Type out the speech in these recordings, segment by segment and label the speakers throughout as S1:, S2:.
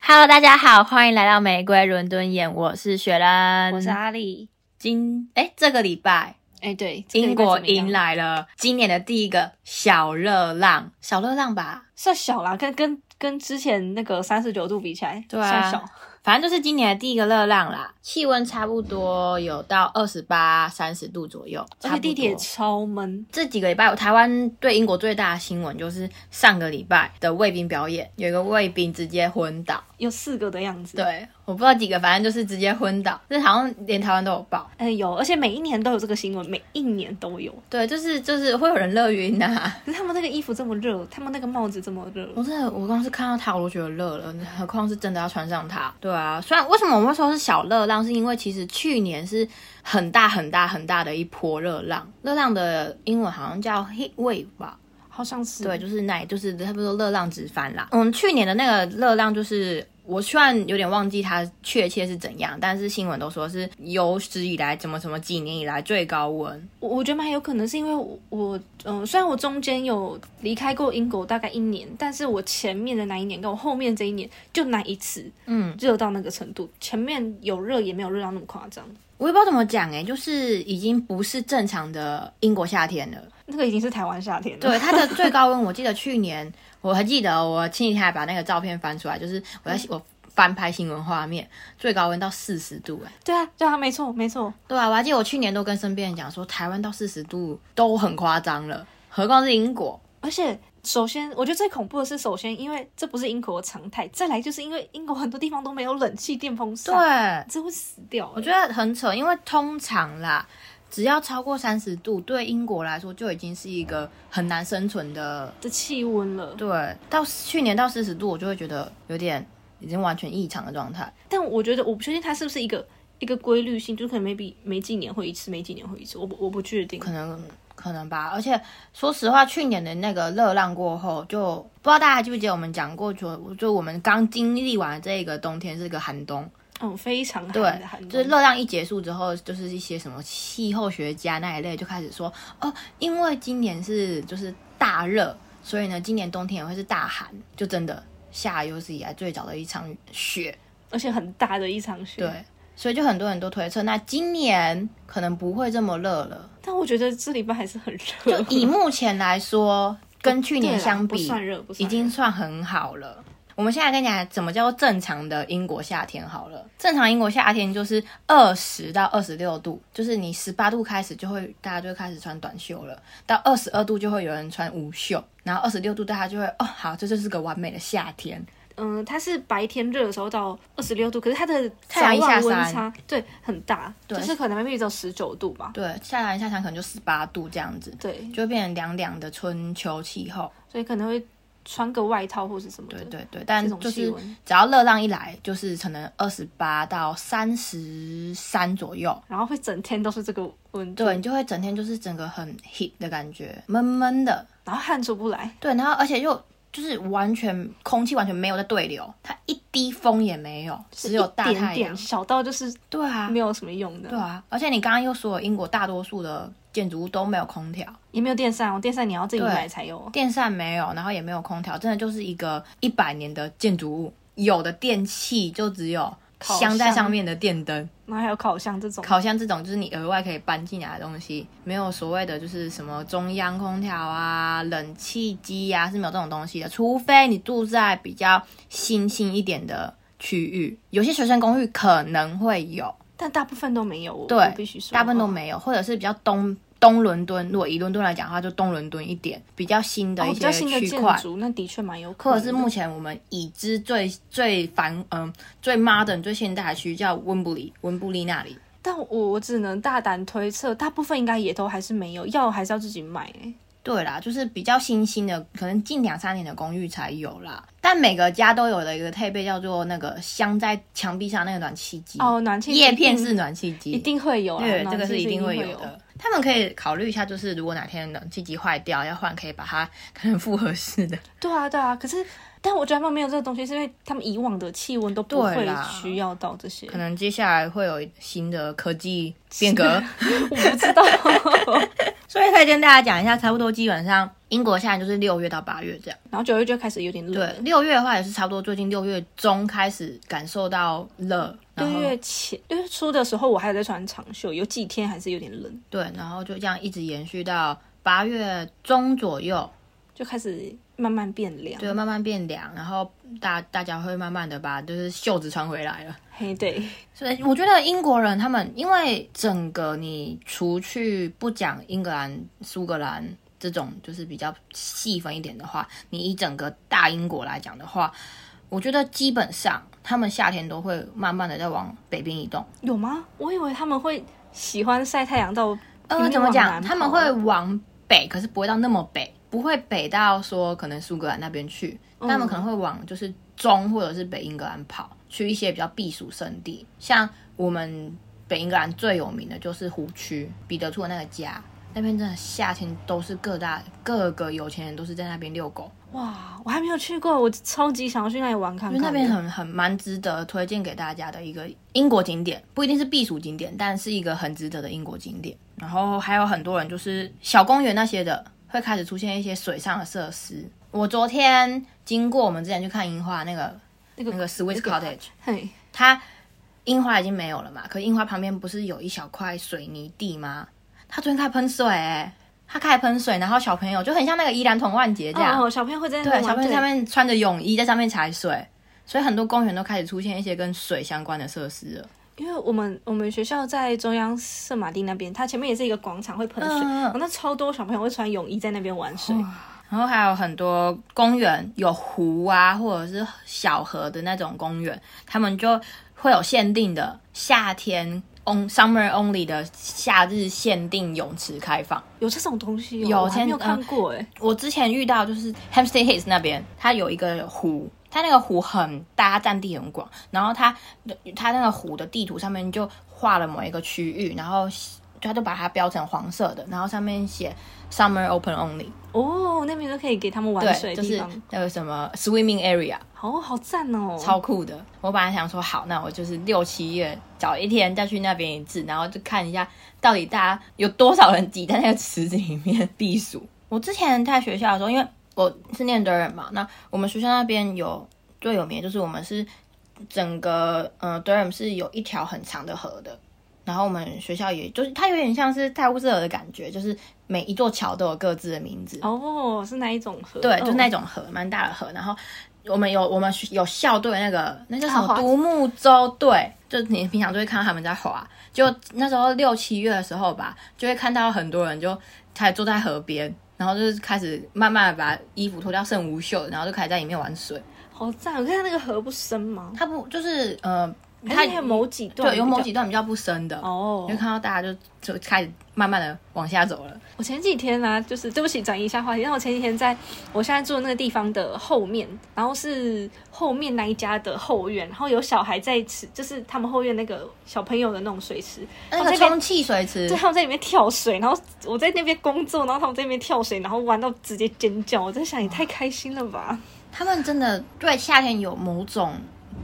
S1: Hello，大家好，欢迎来到玫瑰伦敦眼，我是雪人，
S2: 我是阿丽。
S1: 今哎这个礼拜
S2: 嗯哎、对，这个
S1: 英
S2: 礼拜
S1: 国
S2: 怎么样
S1: 迎来了今年的第一个小热浪，小热浪吧，
S2: 算小啦，跟跟跟之前那个三十九度比起来，
S1: 对啊
S2: 算小。
S1: 反正就是今年的第一个热浪啦，气温差不多有到二十八、三十度左右，差
S2: 而且
S1: 不
S2: 地铁
S1: 多
S2: 超闷，
S1: 这几个礼拜，台湾对英国最大的新闻就是上个礼拜的卫兵表演，有一个卫兵直接昏倒。
S2: 有四个的样子。，
S1: 对，我不知道几个，反正就是直接昏倒。这好像连台湾都有报。
S2: 哎、有，而且每一年都有这个新闻，每一年都有。
S1: 对，就是就是会有人热晕呐、
S2: 可是他们那个衣服这么热，他们那个帽子这么热，
S1: 我真的，我光是看到它我都觉得热了，何况是真的要穿上它。对啊，虽然为什么我们会说是小热浪，是因为其实去年是很大很大很大的一波热浪，热浪的英文好像叫 heat wave 吧。
S2: 好像是
S1: 对，就是那，就是差不多热浪直翻啦。嗯，去年的那个热浪就是。我虽然有点忘记它确切是怎样，但是新闻都说是有史以来怎么什么几年以来最高温。
S2: 我我觉得蛮有可能是因为我我嗯、虽然我中间有离开过英国大概一年，但是我前面的那一年跟我后面这一年就那一次，
S1: 嗯，
S2: 热到那个程度，前面有热也没有热到那么夸张，
S1: 我也不知道怎么讲诶、就是已经不是正常的英国夏天了。
S2: 那个已经是台湾夏天了。
S1: 对，它的最高温，我记得去年， 我还记得我前几天还把那个照片翻出来，就是我在我翻拍新闻画面，最高温到四十度诶、
S2: 对啊，对啊，没错没错，
S1: 对啊，我还记得我去年都跟身边人讲说，台湾到四十度都很夸张了，何况是英国。
S2: 而且，首先，我觉得最恐怖的是，首先，因为这不是英国的常态；再来，就是因为英国很多地方都没有冷气、电风
S1: 对啊
S2: 扇，，这会死掉、欸
S1: 我觉得很扯，因为通常啦，只要超过三十度，对英国来说就已经是一个很难生存的。
S2: 这气温了。
S1: 对，到去年到四十度，我就会觉得有点已经完全异常的状态。
S2: 但我觉得，我不确定它是不是一个一个规律性，就可能 maybe 每几年会一次，每几年会一次，我不我不确定。
S1: 可能可能吧。而且说实话，去年的那个热浪过后，就不知道大家还记不记得我们讲过，就就我们刚经历完这个冬天是个寒冬，
S2: 嗯，非常寒
S1: 对
S2: 的寒，
S1: 就是
S2: 冬。
S1: 热浪一结束之后，就是一些什么气候学家那一类就开始说，哦，因为今年是就是大热，所以呢，今年冬天也会是大寒，就真的下有史以来最早的一场雪，
S2: 而且很大的一场雪。
S1: 对。所以就很多人都推测，那今年可能不会这么热了。
S2: 但我觉得这礼拜还是很
S1: 就
S2: 热，
S1: 以目前来说，跟去
S2: 对
S1: 年
S2: 啦
S1: 相
S2: 不
S1: 比，
S2: 算热，不算
S1: 已
S2: 热
S1: 经算很好了。我们现在跟你讲怎么叫做正常的英国夏天好了。正常英国夏天就是二十到二十六度，就是你十八度开始就会大家就会开始穿短袖了，到二十二度就会有人穿无袖，然后二十六度大家就会哦好，这就是个完美的夏天。
S2: 嗯，它是白天热的时候到二十六度，可是它的
S1: 太阳一
S2: 早
S1: 下
S2: 晚温
S1: 山
S2: 差对很大，
S1: 对
S2: 就是可能 maybe 只有十九度吧。
S1: 对，下来下场可能就十八度这样子，
S2: 对，
S1: 就会变成凉凉的春秋气候。
S2: 所以可能会穿个外套或是什么的。
S1: 对对对，但
S2: 这种
S1: 就
S2: 气
S1: 是
S2: 温
S1: 只要热浪一来，就是可能二十八到三十三左右，
S2: 然后会整天都是这个温度，
S1: 对你就会整天就是整个很 heat 的感觉，闷闷的，
S2: 然后汗出不来，
S1: 对，然后而且又就是完全空气完全没有在对流，它一滴风也没有，只有大
S2: 一点
S1: 太阳
S2: 点，，小到就是
S1: 对啊
S2: 没，有什么用的，
S1: 对啊，而且你刚刚又说了英国大多数的建筑物都没有空调，
S2: 也没有电扇哦，电扇你要自己
S1: 对
S2: 买才有。
S1: 电扇没有，然后也没有空调，真的就是一个一百年的建筑物，有的电器就只有
S2: 烤
S1: 镶在
S2: 箱
S1: 上面的电灯。
S2: 然后还有烤箱这种，
S1: 烤箱这种就是你额外可以搬进来的东西，没有所谓的就是什么中央空调啊、冷气机啊是没有这种东西的，除非你住在比较新兴一点的区域，有些学生公寓可能会有，
S2: 但大部分都没有。我
S1: 对
S2: 我必须说，哦
S1: 大部分都没有，或者是比较东东伦敦，如果以伦敦来讲的话，就东伦敦一点比较新的
S2: 哦
S1: 一
S2: 比
S1: 些
S2: 较新的
S1: 区
S2: 建
S1: 块。
S2: 筑，那的确蛮有
S1: 或
S2: 可能的。
S1: 者是目前我们已知最最繁嗯、最 modern 最现代的区域叫温布里，温布利那里，
S2: 但我我只能大胆推测，大部分应该也都还是没有，要还是要自己买、欸。
S1: 对啦，就是比较新兴的，可能近两三年的公寓才有啦。但每个家都有的一个配备叫做那个镶在墙壁上那个暖气机，
S2: 哦，暖气
S1: 叶
S2: 一定
S1: 片式暖气机，
S2: 一定会有啦，啊
S1: 对，这
S2: 暖
S1: 个
S2: 气
S1: 是
S2: 一
S1: 一定会
S2: 会
S1: 有的。他们可以考虑一下，就是如果哪天暖气机坏掉要换，可以把它 可能复合式的。
S2: 对啊，对啊。可是，但我觉得他们没有这个东西，是因为他们以往的气温都不
S1: 对
S2: 会
S1: 啦
S2: 需要到这些。
S1: 可能接下来会有新的科技变革，
S2: 我不知道，
S1: 所以可以跟大家讲一下，差不多基本上英国夏天就是六月到八月这样。
S2: 然后九月就开始有点冷
S1: 对
S2: 了，，
S1: 六月的话也是差不多，最近六月中开始感受到热，然
S2: 六
S1: 后
S2: 月前六月初的时候我还有在穿长袖，有几天还是有点冷，
S1: 对，然后就这样一直延续到八月中左右，
S2: 就开始慢慢变凉。
S1: 对，慢慢变凉，然后大大家会慢慢的把就是袖子穿回来了。
S2: 嘿，对，
S1: 所以我觉得英国人他们，因为整个你除去不讲英格兰、苏格兰这种就是比较细分一点的话，你以整个大英国来讲的话，我觉得基本上他们夏天都会慢慢的在往北边移动。
S2: 有吗？我以为他们会喜欢晒太阳到
S1: 呃，
S2: 你
S1: 怎么
S2: 往
S1: 讲？
S2: 南
S1: 他
S2: 跑啊
S1: 们会往北，可是不会到那么北，不会北到说可能苏格兰那边去，
S2: 嗯
S1: 他们可能会往就是中或者是北英格兰跑，去一些比较避暑胜地。像我们北英格兰最有名的就是湖区，彼得兔的那个家。那边真的夏天都是各大各个有钱人都是在那边遛狗，
S2: 哇，我还没有去过，我超级想要去那里玩看
S1: 因
S2: 看
S1: 为
S2: 的。
S1: 那边很很蛮值得推荐给大家的一个英国景点，不一定是避暑景点，但是一个很值得的英国景点。然后还有很多人就是小公园那些的，会开始出现一些水上的设施。我昨天经过我们之前去看樱花那个
S2: 那个
S1: 那个 Swiss
S2: 个
S1: Cottage，
S2: 嘿，
S1: 它樱花已经没有了嘛，可樱花旁边不是有一小块水泥地吗？它昨天开喷水、欸，它开喷水，然后小朋友就很像那个宜兰童万节这样，
S2: 哦，小朋友会在那
S1: 对，
S2: 边
S1: 小
S2: 玩
S1: 朋友在上面穿着泳衣在上面踩水，所以很多公园都开始出现一些跟水相关的设施了。
S2: 因为我们我们学校在中央圣马丁那边，它前面也是一个广场，会喷水，
S1: 嗯嗯嗯
S2: 然后那超多小朋友会穿泳衣在那边玩水，
S1: 然后还有很多公园有湖啊，或者是小河的那种公园，他们就会有限定的夏天 on summer only 的夏日限定泳池开放。
S2: 有这种东西、哦，
S1: 有
S2: 我还没有
S1: 前
S2: 看过哎、
S1: 我之前遇到就是 Hampstead Heath 那边，它有一个湖，它那个湖很大，它占地很广，然后它它那个湖的地图上面就画了某一个区域，然后它就把它标成黄色的，然后上面写 Summer Open Only，
S2: 哦，那边都可以给他们玩水
S1: 对，
S2: 的
S1: 就
S2: 地
S1: 是
S2: 方，
S1: 那个什么 Swimming Area，
S2: 好好赞哦，
S1: 超酷的。我本来想说好，那我就是六七月找一天再去那边一次，然后就看一下到底大家有多少人挤在那个池子里面避暑。我之前在学校的时候，因为我是念德人嘛，那我们学校那边有最有名的就是我们是整个呃 Durham 是有一条很长的河的，然后我们学校也就是它有点像是泰晤士河的感觉，就是每一座桥都有各自的名字。
S2: 哦，是哪一种河？
S1: 对，就那
S2: 哦
S1: 种河，蛮大的河。然后我们有我们有校队那个那叫什
S2: 啊
S1: 么
S2: 划
S1: 独木舟队，就你平常就会看到他们在划。就那时候六七月的时候吧，就会看到很多人就开始坐在河边，然后就是开始慢慢的把衣服脱掉剩无袖，然后就开始在里面玩水。
S2: 好赞，我看它那个河不深吗？
S1: 它不就是呃，
S2: 还
S1: 它
S2: 是它有某几段
S1: 对
S2: 比较，
S1: 有某几段比较不深的，
S2: 哦
S1: 你就，看到大家就就开始慢慢的往下走了。
S2: 我前几天呢、啊就是对不起，转移一下话题。但我前几天在我现在住的那个地方的后面，然后是后面那一家的后院，然后有小孩在吃，就是他们后院那个小朋友的那种水池，
S1: 那
S2: 我
S1: 个
S2: 这边
S1: 充气水池
S2: 对，，他们在里面跳水，然后我在那边工作，然后他们在那边跳水，然后玩到直接尖叫。我在想，也太开心了吧！
S1: 他们真的对夏天有某种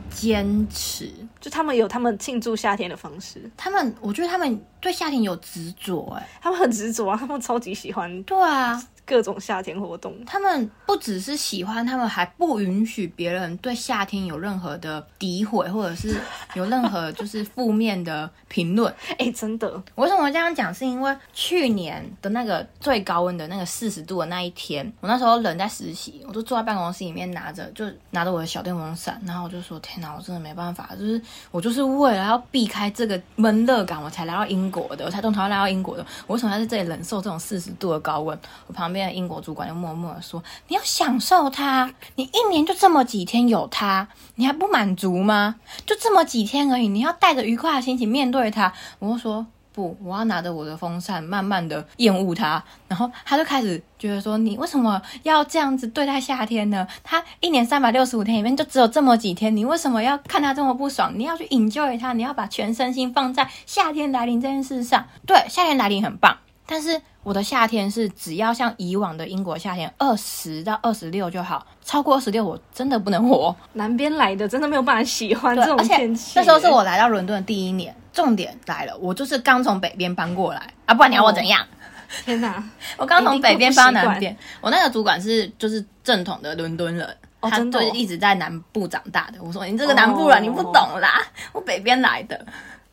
S1: 坚持，
S2: 就他们有他们庆祝夏天的方式，
S1: 他们我觉得他们对夏天有执着、哎，
S2: 他们很执着啊，他们超级喜欢
S1: 对啊，
S2: 各种夏天活动。
S1: 他们不只是喜欢，他们还不允许别人对夏天有任何的诋毁，或者是有任何就是负面的评论。
S2: 哎，真的，
S1: 我为什么会这样讲？是因为去年的那个最高温的那个四十度的那一天，我那时候人在实习，我就坐在办公室里面拿着，就拿着我的小电风扇，然后我就说：“天哪，我真的没办法，就是我就是为了要避开这个闷热感，我才来到英国的，我才从台湾来到英国的。我为什么要在这里忍受这种四十度的高温？”我旁边的英国主管就默默的说：“你要享受它，你一年就这么几天有它，你还不满足吗？就这么几天而已，你要带着愉快的心情面对它。”我就说。不，我要拿着我的风扇，慢慢的厌恶它。然后他就开始觉得说，你为什么要这样子对待夏天呢？它一年三百六十五天里面就只有这么几天，你为什么要看它这么不爽？你要去 enjoy 它，你要把全身心放在夏天来临这件事上。对，夏天来临很棒，但是我的夏天是只要像以往的英国夏天，二十到二十六就好，超过二十六我真的不能活。
S2: 南边来的真的没有办法喜欢
S1: 对
S2: 啊这，种
S1: 而且
S2: 天气。
S1: 那时候是我
S2: 哦
S1: 来到伦敦的第一年，重点来了，我就是刚从北边搬过来啊，不然你要我怎样？
S2: 天哪！
S1: 我刚从北边搬到南
S2: 一定
S1: 边，我那个主管是就是正统的伦敦人，
S2: 哦
S1: 他
S2: 真的
S1: 就
S2: 哦
S1: 是一直在南部长大的。我说你这个南部人、
S2: 哦
S1: 你不懂啦，我北边来的。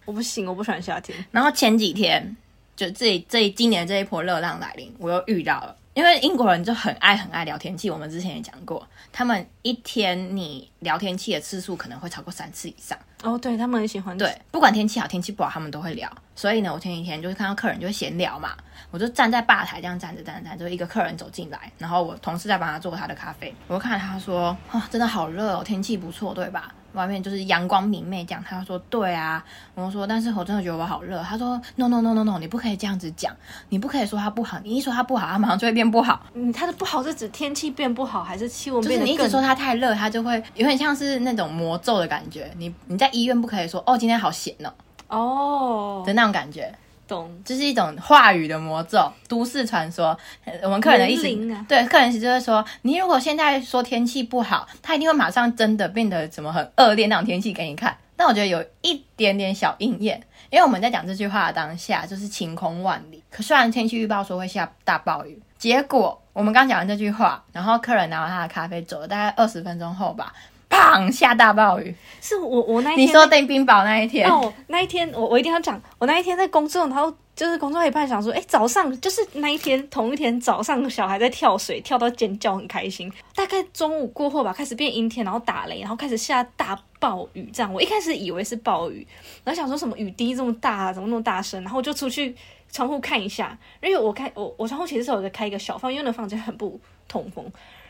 S2: 我不行，我不喜欢夏天。
S1: 然后前几天就这这今年这一波热浪来临，我又遇到了。因为英国人就很爱很爱聊天气，我们之前也讲过，他们一天你聊天气的次数可能会超过三次以上。
S2: 哦，对他们很喜欢。
S1: 对，不管天气好天气不好，他们都会聊。所以呢，我前几天就是看到客人就会闲聊嘛，我就站在吧台这样站着站着站着，就一个客人走进来，然后我同事在帮他做他的咖啡，我就看他说啊，真的好热哦，天气不错对吧？外面就是阳光明媚这样，他说对啊，我就说但是我真的觉得我好热，他说 no no no no no，你不可以这样子讲，你不可以说它不好，你一说它不好，它马上就会变不好。
S2: 嗯，它的不好是指天气变不好，还是气温
S1: 就是
S2: 变得
S1: 你一
S2: 更？
S1: 直说它太热，它就会有点像是那种魔咒的感觉。你你在医院不可以说哦今天好咸哦
S2: 哦
S1: 的，那种感觉。
S2: 懂。
S1: 就是一种话语的魔咒，都市传说。呃我们客人的意思
S2: 年龄啊，
S1: 对客人其实就会说，你如果现在说天气不好，他一定会马上真的变得怎么很恶劣那种天气给你看。但我觉得有一点点小应验，因为我们在讲这句话的当下就是晴空万里，可虽然天气预报说会下大暴雨，结果我们刚讲完这句话，然后客人拿完他的咖啡走了大概二十分钟后吧，砰下大暴雨。
S2: 是我我那一天
S1: 你说订冰雹那一天，
S2: 哎哦，那一天我我一定要讲，我那一天在工作，然后就是工作到一半想说，哎、早上就是那一天同一天早上，小孩在跳水，跳到尖叫，很开心。大概中午过后吧，开始变阴天，然后打雷，然后开始下大暴雨，这样。我一开始以为是暴雨，然后想说什么雨滴这么大、啊，怎么那么大声？然后我就出去窗户看一下，因为我开我我窗户其实是有一个开一个小缝，因为那个房间很不通风。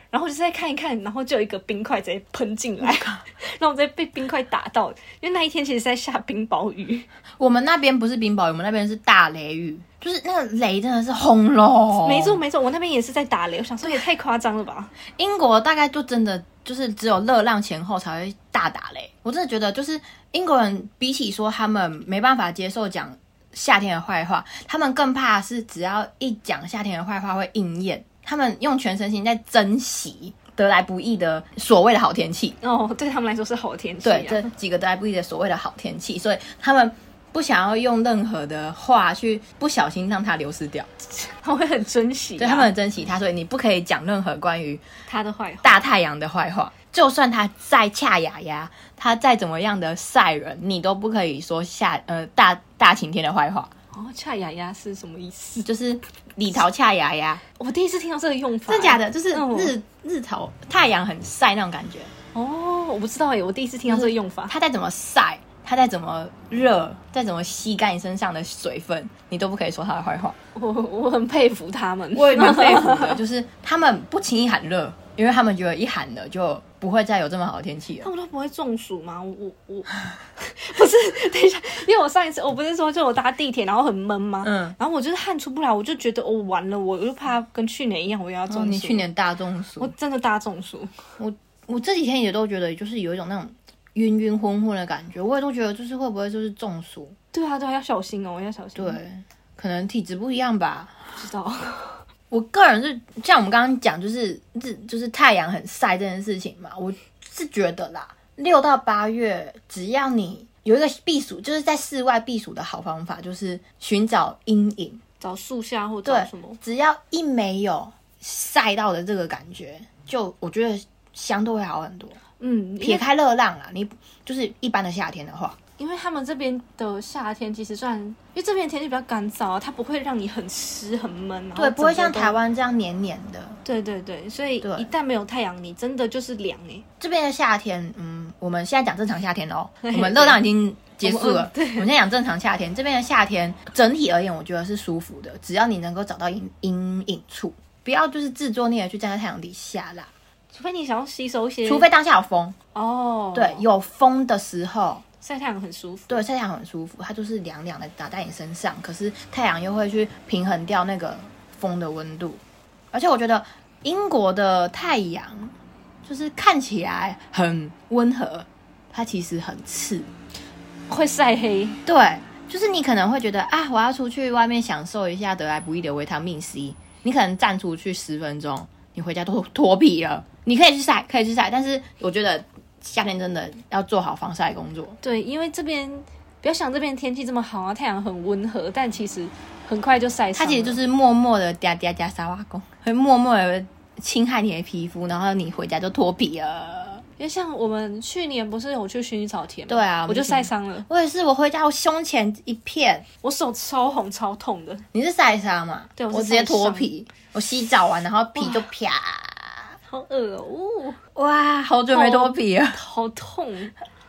S2: 然后我就再看一看，然后就有一个冰块直接喷进来，然后我直接被冰块打到，因为那一天其实是在下冰雹雨，
S1: 我们那边不是冰雹，我们那边是大雷雨，就是那个雷真的是轰隆。
S2: 没错，没错，我那边也是在打雷，我想说也太夸张了吧？
S1: 英国大概就真的就是只有热浪前后才会大打雷。我真的觉得，就是英国人比起说他们没办法接受讲夏天的坏话，他们更怕是只要一讲夏天的坏话会应验，他们用全身心在珍惜得来不易的所谓的好天气。
S2: 哦，对他们来说是好天气、啊，
S1: 对，这几个得来不易的所谓的好天气，所以他们不想要用任何的话去不小心让它流失掉。
S2: 他们会很珍惜、啊，
S1: 对他们很珍惜他，所以你不可以讲任何关于
S2: 他的坏话。
S1: 大太阳的坏话。就算他再恰牙牙，他再怎么样的晒人，你都不可以说下呃大大晴天的坏话，
S2: 哦，恰雅雅是什么意思？
S1: 就是李桃恰牙牙，
S2: 我第一次听到这个用法，
S1: 真假？的？就是
S2: 嗯
S1: 日、日头太阳很晒那种感觉，
S2: 哦，我不知道哎，我第一次听到这个用法。
S1: 他再怎么晒，他再怎么热，再怎么吸干你身上的水分，你都不可以说他的坏 话。
S2: 我我很佩服他们，
S1: 我也蛮佩服的，就是他们不轻易喊热，因为他们觉得一喊了就不会再有这么好的天气了
S2: 他。们都不会中暑吗？我我我， 不是， 等一下，因为我上一次哦我不是说就我搭地铁然后很闷吗？
S1: 嗯，
S2: 然后我就是汗出不来，我就觉得我、哦、完了，我我就怕跟去年一样，我又要中暑。
S1: 哦，你去年大中暑，
S2: 我
S1: 我
S2: 真的大中暑，
S1: 我这几天也都觉得就是有一种那种晕晕昏昏的感觉，我也都觉得就是会不会就是中暑？
S2: 对啊对啊，要小心哦，要小心。
S1: 对，可能体质不一样吧。
S2: 不 知道，
S1: 我个人是像我们刚刚讲，就是日就是太阳很晒这件事情嘛，我是觉得啦，六到八月，只要你有一个避暑，就是在室外避暑的好方法，就是寻找阴影。
S2: 找树下或
S1: 对
S2: 找什么？
S1: 只要一没有晒到的这个感觉，就我觉得相对会好很多。
S2: 嗯，因
S1: 撇
S2: 为
S1: 开热浪啦，你就是一般的夏天的话，
S2: 因为他们这边的夏天其实算，因为这边天气比较干燥啊，它不会让你很湿很闷，然后
S1: 对，不会
S2: 整
S1: 像
S2: 个都
S1: 台。湾这样黏黏的。
S2: 对对对，所以
S1: 对
S2: 一旦没有太阳，你真的就是凉哎、
S1: 这边的夏天，嗯，我们现在讲正常夏天 喽，我们热浪已经结束了，我们现在讲正常夏天。这边的夏天整体而言，我觉得是舒服的，只要你能够找到阴阴影处，不要就是自作孽的去站在太阳底下啦，
S2: 除非你想要吸收一些，
S1: 除非当下有风，
S2: 哦，
S1: 对，有风的时候，
S2: 晒太阳很舒服。
S1: 对，晒太阳很舒服，它就是凉凉的打在你身上，可是太阳又会去平衡掉那个风的温度，而且我觉得英国的太阳就是看起来很温和，它其实很刺，
S2: 会晒黑，
S1: 对，就是你可能会觉得啊，我要出去外面享受一下得来不易的维他命 C，你可能站出去十分钟，你回家都脱皮了，你可以去晒，可以去晒，但是我觉得夏天真的要做好防晒工作，
S2: 对，因为这边不要想这边天气这么好啊，太阳很温和，但其实很快就晒伤
S1: 它
S2: 了。
S1: 其实就是默默的嗲嗲嗲沙瓦工，会默默的侵害你的皮肤，然后你回家就脱皮了。
S2: 因为像我们去年不是有去薰衣草田吗？
S1: 对啊
S2: 我就
S1: 我们去
S2: 晒伤了，
S1: 我也是，我回家我胸前一片，
S2: 我手超红超痛的，
S1: 你是晒伤嘛？
S2: 对我
S1: 我
S2: 是
S1: 直接
S2: 晒伤
S1: 脱皮，我洗澡完然后皮就啪，
S2: 好恶哦，呜
S1: 哇，好久没脱皮了，
S2: 好痛。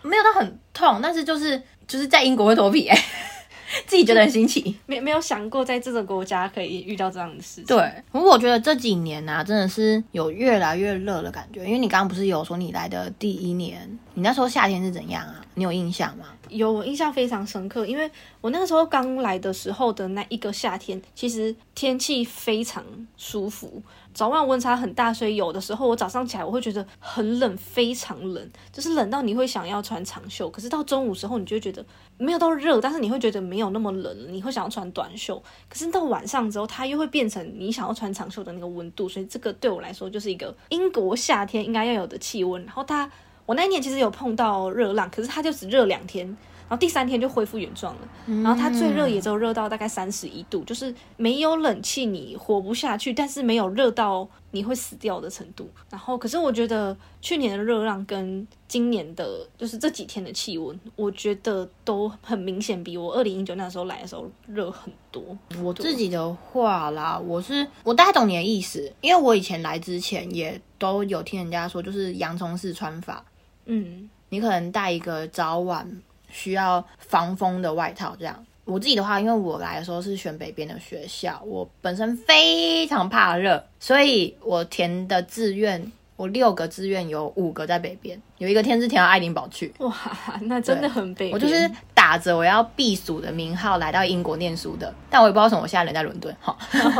S1: 没有到很痛，但是就是就是在英国会脱皮、欸， 自己觉得很新奇。
S2: 没没有想过在这个国家可以遇到这样的事情。
S1: 对，不过我觉得这几年啊，真的是有越来越热的感觉。因为你刚刚不是有说你来的第一年，你那时候夏天是怎样啊？你有印象吗？
S2: 有我印象非常深刻，因为我那个时候刚来的时候的那一个夏天，其实天气非常舒服，早晚温差很大，所以有的时候我早上起来我会觉得很冷，非常冷，就是冷到你会想要穿长袖。可是到中午时候，你就会觉得没有到热，但是你会觉得没有那么冷了，你会想要穿短袖。可是到晚上之后，它又会变成你想要穿长袖的那个温度，所以这个对我来说就是一个英国夏天应该要有的气温。然后它。我那一年其实有碰到热浪，可是它就只热两天，然后第三天就恢复原状了。然后它最热也只有热到大概三十一度，就是没有冷气你活不下去，但是没有热到你会死掉的程度。然后，可是我觉得去年的热浪跟今年的，就是这几天的气温，我觉得都很明显比我二零一九那时候来的时候热很多。
S1: 我自己的话啦，我是我大概懂你的意思，因为我以前来之前也都有听人家说，就是洋葱式穿法，
S2: 嗯，
S1: 你可能带一个早晚需要防风的外套这样。我自己的话，因为我来的时候是选北边的学校，我本身非常怕热，所以我填的志愿，我六个志愿有五个在北边，有一个天是填到爱丁堡去。
S2: 哇， 那真的很北边。
S1: 我就是打着我要避暑的名号来到英国念书的，但我也不知道为什么我现在人在伦敦，哈，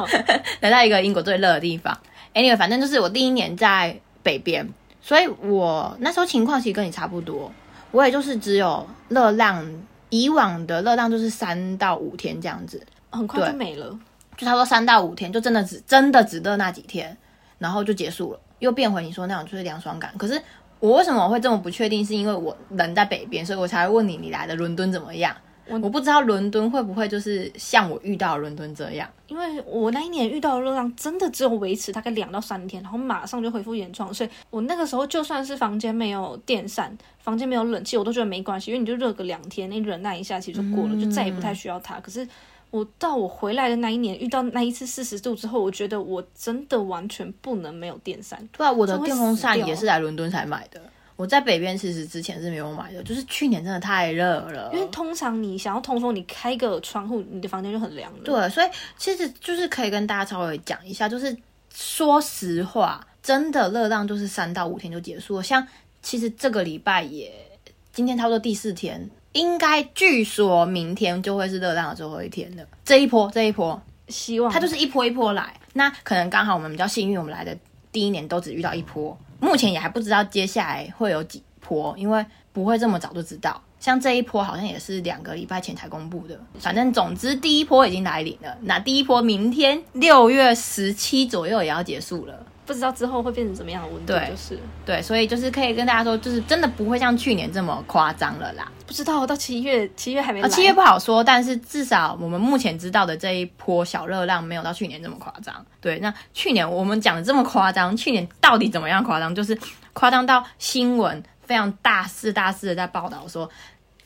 S1: 来到一个英国最热的地方。Anyway，反正就是我第一年在北边，所以我那时候情况其实跟你差不多，我也就是只有热浪，以往的热浪就是三到五天这样子，
S2: 很快
S1: 对
S2: 就没了。
S1: 就差不多三到五天，就真的只真的只热那几天，然后就结束了，又变回你说那种就是凉爽感。可是我为什么会这么不确定？是因为我人在北边，所以我才会问你你来的伦敦怎么样。
S2: 我
S1: 我不知道伦敦会不会就是像我遇到的伦敦这样，
S2: 因为我那一年遇到的热浪真的只有维持大概两到三天，然后马上就恢复原状，所以我那个时候就算是房间没有电扇，房间没有冷气，我都觉得没关系，因为你就热个两天，你忍耐一下其实就过了，就再也
S1: 嗯
S2: 不太需要它。可是我到我回来的那一年遇到那一次四十度之后，我觉得我真的完全不能没有电扇。
S1: 对啊，我
S2: 这
S1: 的
S2: 会
S1: 电风扇
S2: 死掉
S1: 也是来伦敦才买的。我在北边其实之前是没有买的，就是去年真的太热了，
S2: 因为通常你想要通风，你开个窗户，你的房间就很凉了。
S1: 对，所以其实就是可以跟大家稍微讲一下，就是说实话，真的热浪就是三到五天就结束了。像其实这个礼拜也，今天差不多第四天，应该据说明天就会是热浪的最后一天了。这一波，这一波，
S2: 希望
S1: 它就是一波一波来。那可能刚好我们比较幸运，我们来的第一年都只遇到一波，目前也还不知道接下来会有几波，因为不会这么早就知道。像这一波好像也是两个礼拜前才公布的，反正总之第一波已经来临了。那第一波明天六月十七左右也要结束了，
S2: 不知道之后会变成怎么样的温度，
S1: 对
S2: 就是了
S1: 对，所以就是可以跟大家说，就是真的不会像去年这么夸张了啦。
S2: 不知道到七月，七月还没
S1: 啊，
S2: 来，
S1: 七月不好说，但是至少我们目前知道的这一波小热浪没有到去年这么夸张。对，那去年我们讲的这么夸张，去年到底怎么样夸张？就是夸张到新闻非常大肆大肆的在报道说。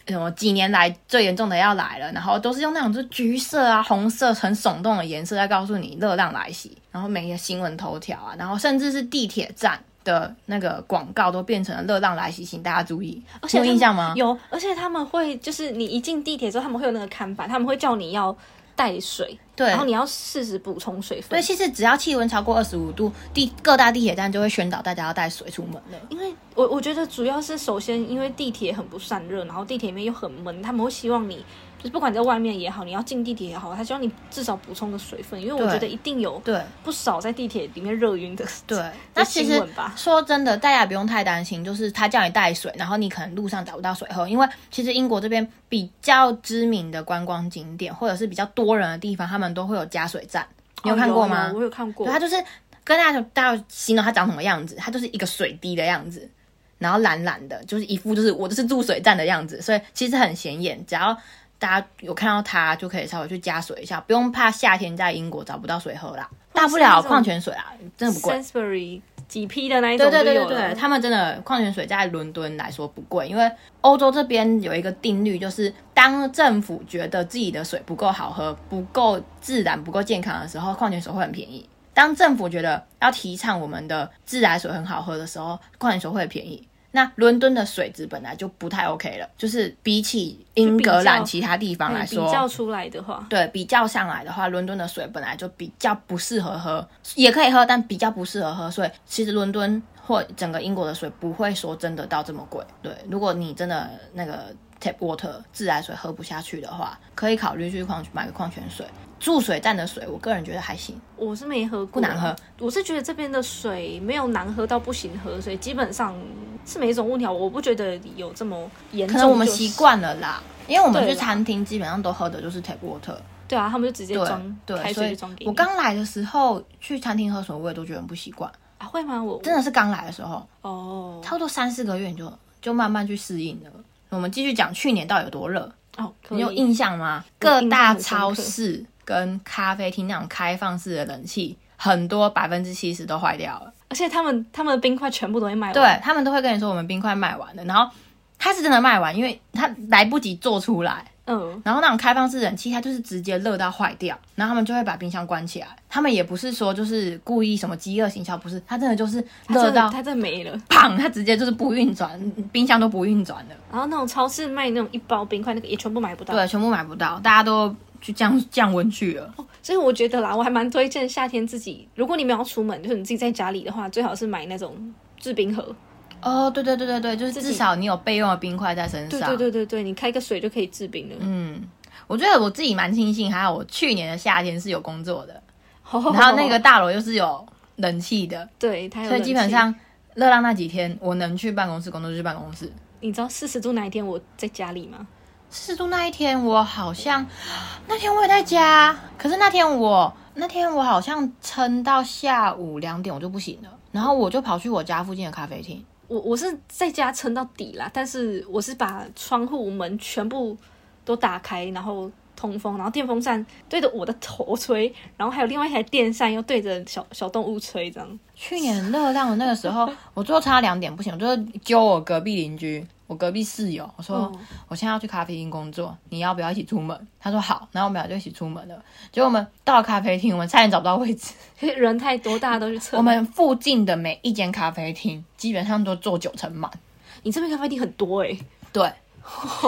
S1: 什么几年来最严重的要来了，然后都是用那种就橘色啊、红色很耸动的颜色在告诉你热浪来袭，然后每个新闻头条啊，然后甚至是地铁站的那个广告都变成了热浪来袭，请大家注意。
S2: 而
S1: 你
S2: 且他
S1: 有
S2: 们
S1: 印象吗？
S2: 有，而且他们会就是你一进地铁之后，他们会有那个看板，他们会叫你要带水，
S1: 对，
S2: 然后你要适时补充水
S1: 对，
S2: 分。
S1: 其实只要气温超过二十五度，地各大地铁站就会宣导大家要带水出门了。
S2: 因为我我觉得主要是首先因为地铁很不散热，然后地铁里面又很闷，他们会希望你就是不管你在外面也好，你要进地铁也好，他希望你至少补充个水分，因为我
S1: 对
S2: 觉得一定有
S1: 对
S2: 不少在地铁里面热晕的。
S1: 对，那其
S2: 新
S1: 实
S2: 闻吧
S1: 说真的，大家也不用太担心，就是他叫你带水，然后你可能路上找不到水喝，因为其实英国这边比较知名的观光景点或者是比较多人的地方，他们都会有加水站，你有
S2: 哦
S1: 看过吗？
S2: 有我有看过
S1: 对，它，就是跟大家大家形容它长什么样子，它就是一个水滴的样子。然后懒懒的，就是一副就是我就是住水站的样子，所以其实很显眼。只要大家有看到它，就可以稍微去加水一下，不用怕夏天在英国找不到水喝啦。大不了矿泉水啦，真的不贵。
S2: Sainsbury 几批的那一种
S1: 对
S2: 就
S1: 对
S2: 有
S1: 对对
S2: 了
S1: 对，他们真的矿泉水在伦敦来说不贵，因为欧洲这边有一个定律，就是当政府觉得自己的水不够好喝、不够自然、不够健康的时候，矿泉水会很便宜。当政府觉得要提倡我们的自来水很好喝的时候，矿泉水会很便宜。那伦敦的水质本来就不太 OK 了，就是比起英格兰
S2: 就比较
S1: 其他地方来
S2: 嗯比
S1: 说，
S2: 较出来的话，
S1: 对比较上来的话，伦敦的水本来就比较不适合喝，也可以喝，但比较不适合喝，所以其实伦敦或整个英国的水不会说真的到这么贵。对，如果你真的那个 tap water 自来水喝不下去的话，可以考虑去矿买个矿泉水。注水站的水，我个人觉得还行。
S2: 我是没喝
S1: 不
S2: 过，
S1: 难喝。
S2: 我是觉得这边的水没有难喝到不行喝，所以基本上是没什么问题啊。我不觉得有这么严重，
S1: 可能我们
S2: 就是
S1: 习。惯了啦，因为我们
S2: 对
S1: 去
S2: 啦
S1: 餐厅基本上都喝的就是 tap water。
S2: 对啊，他们就直接装
S1: 对
S2: 开
S1: 对，所
S2: 水就
S1: 以
S2: 装给你。
S1: 我刚来的时候去餐厅喝水，我也都觉得很不习惯。
S2: 啊会吗？我
S1: 真的是刚来的时候，
S2: 哦
S1: 差不多三四个月你就就慢慢去适应了。我们继续讲去年到底有多热，
S2: 哦，可
S1: 你有
S2: 以。
S1: 印象吗？
S2: 我
S1: 各
S2: 印象
S1: 大
S2: 很深刻
S1: 超市跟咖啡厅那种开放式的冷气，很多百分之七十都坏掉了。
S2: 而且他们他们的冰块全部都会卖完，
S1: 对他们都会跟你说我们冰块卖完了，然后它是真的卖完，因为它来不及做出来。
S2: 嗯，
S1: 然后那种开放式冷气，它就是直接热到坏掉，然后他们就会把冰箱关起来。他们也不是说就是故意什么饥饿行销，不是，它真的就是
S2: 它
S1: 热
S2: 真的
S1: 到
S2: 它真的没了。
S1: 砰，它直接就是不运转，冰箱都不运转了。
S2: 然后那种超市卖那种一包冰块，那个也全部买不到。
S1: 对，全部买不到，大家都去降降温去了。
S2: 所以我觉得啦，我还蛮推荐夏天自己，如果你们要出门，就是你自己在家里的话，最好是买那种制冰盒。
S1: 哦，对对对对对，就是至
S2: 己
S1: 少你有备用的冰块在身
S2: 对
S1: 上。
S2: 对对对对，你开个水就可以制冰了。 嗯，
S1: 嗯，我觉得我自己蛮庆幸，还好我去年的夏天是有工作的，
S2: 然
S1: 然后那个大楼又是有冷气的，
S2: 对，它有
S1: 所以基本
S2: 冷气
S1: 上热浪那几天，我能去办公室工作就去办公室。
S2: 你知道四十度那一天我在家里吗？
S1: 四十度那一天，我好像那天我也在家，可是那天我那天我好像撑到下午两点我就不行了，然后我就跑去我家附近的咖啡厅。
S2: 我我是在家撑到底啦，但是我是把窗户门全部都打开，然后通风，然后电风扇对着我的头吹，然后还有另外一台电扇又对着小 小动物吹，这 样
S1: 去年热浪的那个时候，我最后差两点不行，我就是揪我隔壁邻居，我隔壁室友，我说、
S2: 哦
S1: 我现在要去咖啡厅工作，你要不要一起出门？他说好，然后我们俩就一起出门了。结果我们到了咖啡厅，我们差点找不到位置。
S2: 因为人太多，大家都去蹭。
S1: 我们附近的每一间咖啡厅基本上都坐九成满。
S2: 你这边咖啡厅很多哎、
S1: 对，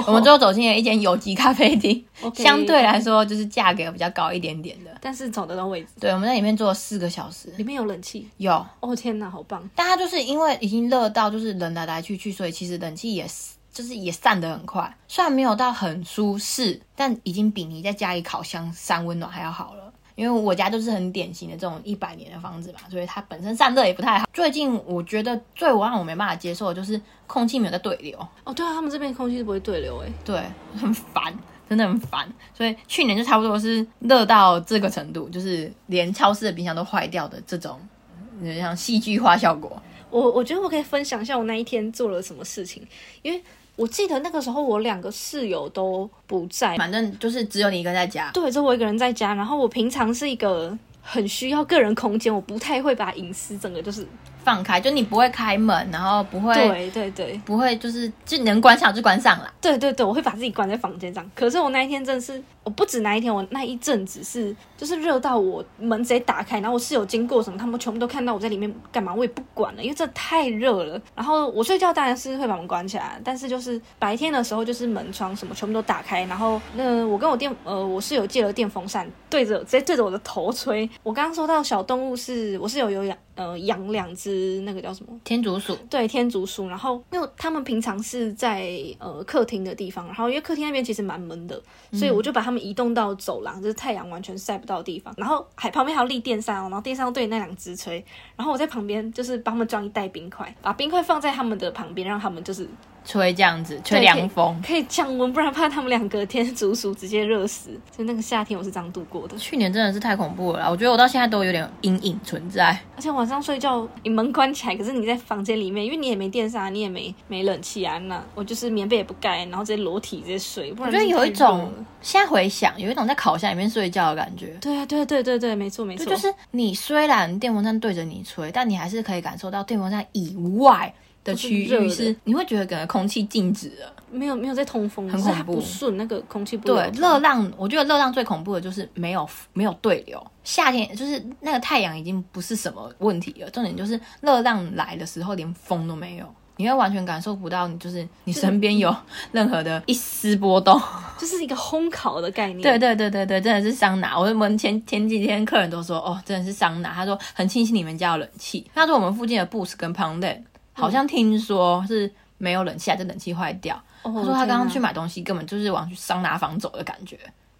S1: 我们最后走进了一间有机咖啡厅
S2: OK
S1: 相对来说就是价格比较高一点点的。
S2: 但是找得到位置，
S1: 对，我们在里面坐了四个小时，
S2: 里面有冷气。
S1: 有
S2: 哦天哪，好棒！
S1: 但它就是因为已经热到，就是人来来去去，所以其实冷气也就是也散得很快。虽然没有到很舒适，但已经比你在家里烤箱散温暖还要好了。因为我家就是很典型的这种一百年的房子嘛，所以它本身散热也不太好。最近我觉得最我让我没办法接受的就是空气没有在对流，
S2: 哦对啊，他们这边空气是不会对流哎、
S1: 对，很烦，真的很烦。所以去年就差不多是热到这个程度，就是连超市的冰箱都坏掉的这种，有点像戏剧化效果。
S2: 我我觉得我可以分享一下我那一天做了什么事情，因为我记得那个时候我两个室友都不在，
S1: 反正就是只有你一个人在家。
S2: 对，就我一个人在家。然后我平常是一个很需要个人空间，我不太会把隐私整个就是
S1: 放开，就你不会开门，然后不会
S2: 对对对
S1: 不会就是就能关上就关上啦。
S2: 对对对，我会把自己关在房间这样。可是我那一天真的是，我不止那一天，我那一阵子是就是热到我门直接打开，然后我室友经过什么，他们全部都看到我在里面干嘛，我也不管了，因为这太热了。然后我睡觉当然是会把门关起来，但是就是白天的时候就是门窗什么全部都打开，然后那我跟我电呃我室友借了电风扇，对着直接对着我的头吹。我刚刚说到小动物是我室友有养呃养两只那个叫什么
S1: 天竺鼠，
S2: 对天竺鼠，然后因为他们平常是在呃客厅的地方，然后因为客厅那边其实蛮闷的，所以我就把它们移动到走廊，就是太阳完全晒不到的地方，然后还旁边还有立电扇哦，然后电扇对那两只吹，然后我在旁边就是帮他们装一袋冰块，把冰块放在他们的旁边，让他们就是
S1: 吹这样子，吹
S2: 对
S1: 凉风。
S2: 可以降温，不然怕他们两隔天竹鼠直接热死。就那个夏天我是这样度过的，
S1: 去年真的是太恐怖了啦，我觉得我到现在都有点阴影存在。
S2: 而且晚上睡觉你门关起来，可是你在房间里面，因为你也没电扇啊，你也没没冷气啊，那我就是棉被也不盖，然后直接裸体直接睡。不
S1: 我
S2: 然
S1: 觉得
S2: 真的
S1: 有一
S2: 太热
S1: 种
S2: 了
S1: 现在回想，有一种在烤箱里面睡觉的感觉。
S2: 对啊，对啊对对对，啊没错没
S1: 就
S2: 错，
S1: 就是你虽然电风扇对着你吹，但你还是可以感受到电风扇以外的区
S2: 都是热
S1: 域
S2: 的
S1: 是，你会觉得整个空气静止了。
S2: 没有没有在通风，
S1: 很
S2: 只是它
S1: 恐怖
S2: 不顺那个空气不
S1: 对，
S2: 流
S1: 热
S2: 通
S1: 浪，我觉得热浪最恐怖的就是没有没有对流。夏天就是那个太阳已经不是什么问题了，重点就是热浪来的时候连风都没有。你会完全感受不到，你就是你身边有任何的一丝波动。
S2: 就是一个烘烤的概念。
S1: 对对对对对，真的是桑拿。我们前前几天客人都说，哦，真的是桑拿。他说很庆幸你们家有冷气。他说我们附近的 Boost 跟 Pound 好像听说是没有冷气，还是冷气坏掉。他
S2: 哦，我
S1: 说他
S2: 天
S1: 刚刚
S2: 哪
S1: 去买东西，根本就是往去桑拿房走的感觉。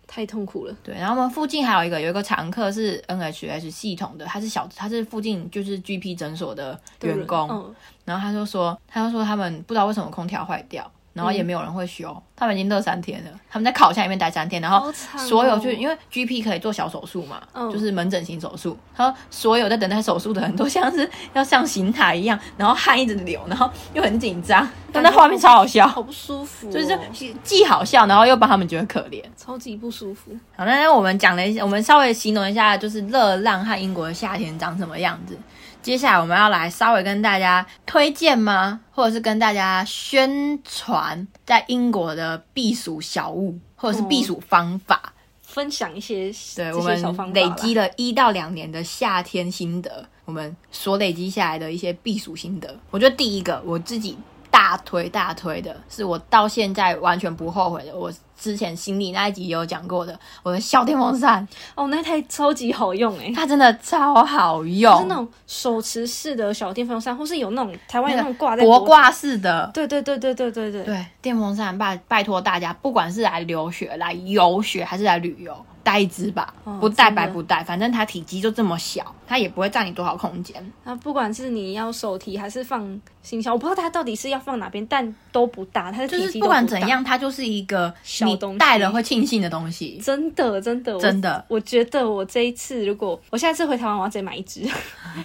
S2: 太痛苦了，
S1: 对，然后我们附近还有一个有一个常客是 NHS 系统的，他是小他是附近就是 GP 诊所的
S2: 对
S1: 员工，
S2: 嗯，
S1: 然后他就说他就说他们不知道为什么空调坏掉，然后也
S2: 嗯
S1: 没有人会修，他们已经热三天了，他们在烤箱里面待三天，然后
S2: 好惨哦
S1: 所有就、因为 GP 可以做小手术嘛，
S2: 嗯
S1: 就是门诊型手术，然后所有在等待手术的人都像是要上刑台一样，然后汗一直流，然后又很紧张，但那画面超好笑，
S2: 好不舒服哦，
S1: 就是既好笑，然后又把他们觉得可怜。
S2: 超级不舒服。
S1: 好，那那我们讲了一下，我们稍微形容一下，就是热浪和英国的夏天长什么样子。接下来我们要来稍微跟大家推荐吗？或者是跟大家宣传在英国的避暑小物，或者是避暑方法？
S2: 分享一些
S1: 对
S2: 哦这
S1: 我
S2: 些小方
S1: 们
S2: 法
S1: 累
S2: 吧
S1: 积了一到两年的夏天心得，我们所累积下来的一些避暑心得。我觉得第一个我自己大推大推的，是我到现在完全不后悔的。我之前心理那一集也有讲过的，我的小电风扇。
S2: 哦，那台超级好用哎、
S1: 它真的超好用，
S2: 就是那种手持式的小电风扇，或是有那种台湾有那种挂在
S1: 国
S2: 脖子，
S1: 挂式的。
S2: 对对对对对对对，
S1: 对，电风扇拜拜托大家，不管是来留学、来游学还是来旅游，带一支吧，
S2: 哦
S1: 不带
S2: 真的
S1: 白不带，反正它体积就这么小，它也不会占你多少空间。
S2: 那不管是你要手提还是放行销，我不知道它到底是要放哪边，但都不大，它的
S1: 就
S2: 体积
S1: 是
S2: 都
S1: 不管
S2: 大
S1: 怎，样，它就是一个
S2: 小
S1: 你
S2: 东西
S1: 带了会庆幸的东西。
S2: 真的真的我
S1: 真的，
S2: 我觉得我这一次如果我下次回台湾，我要直接买一支，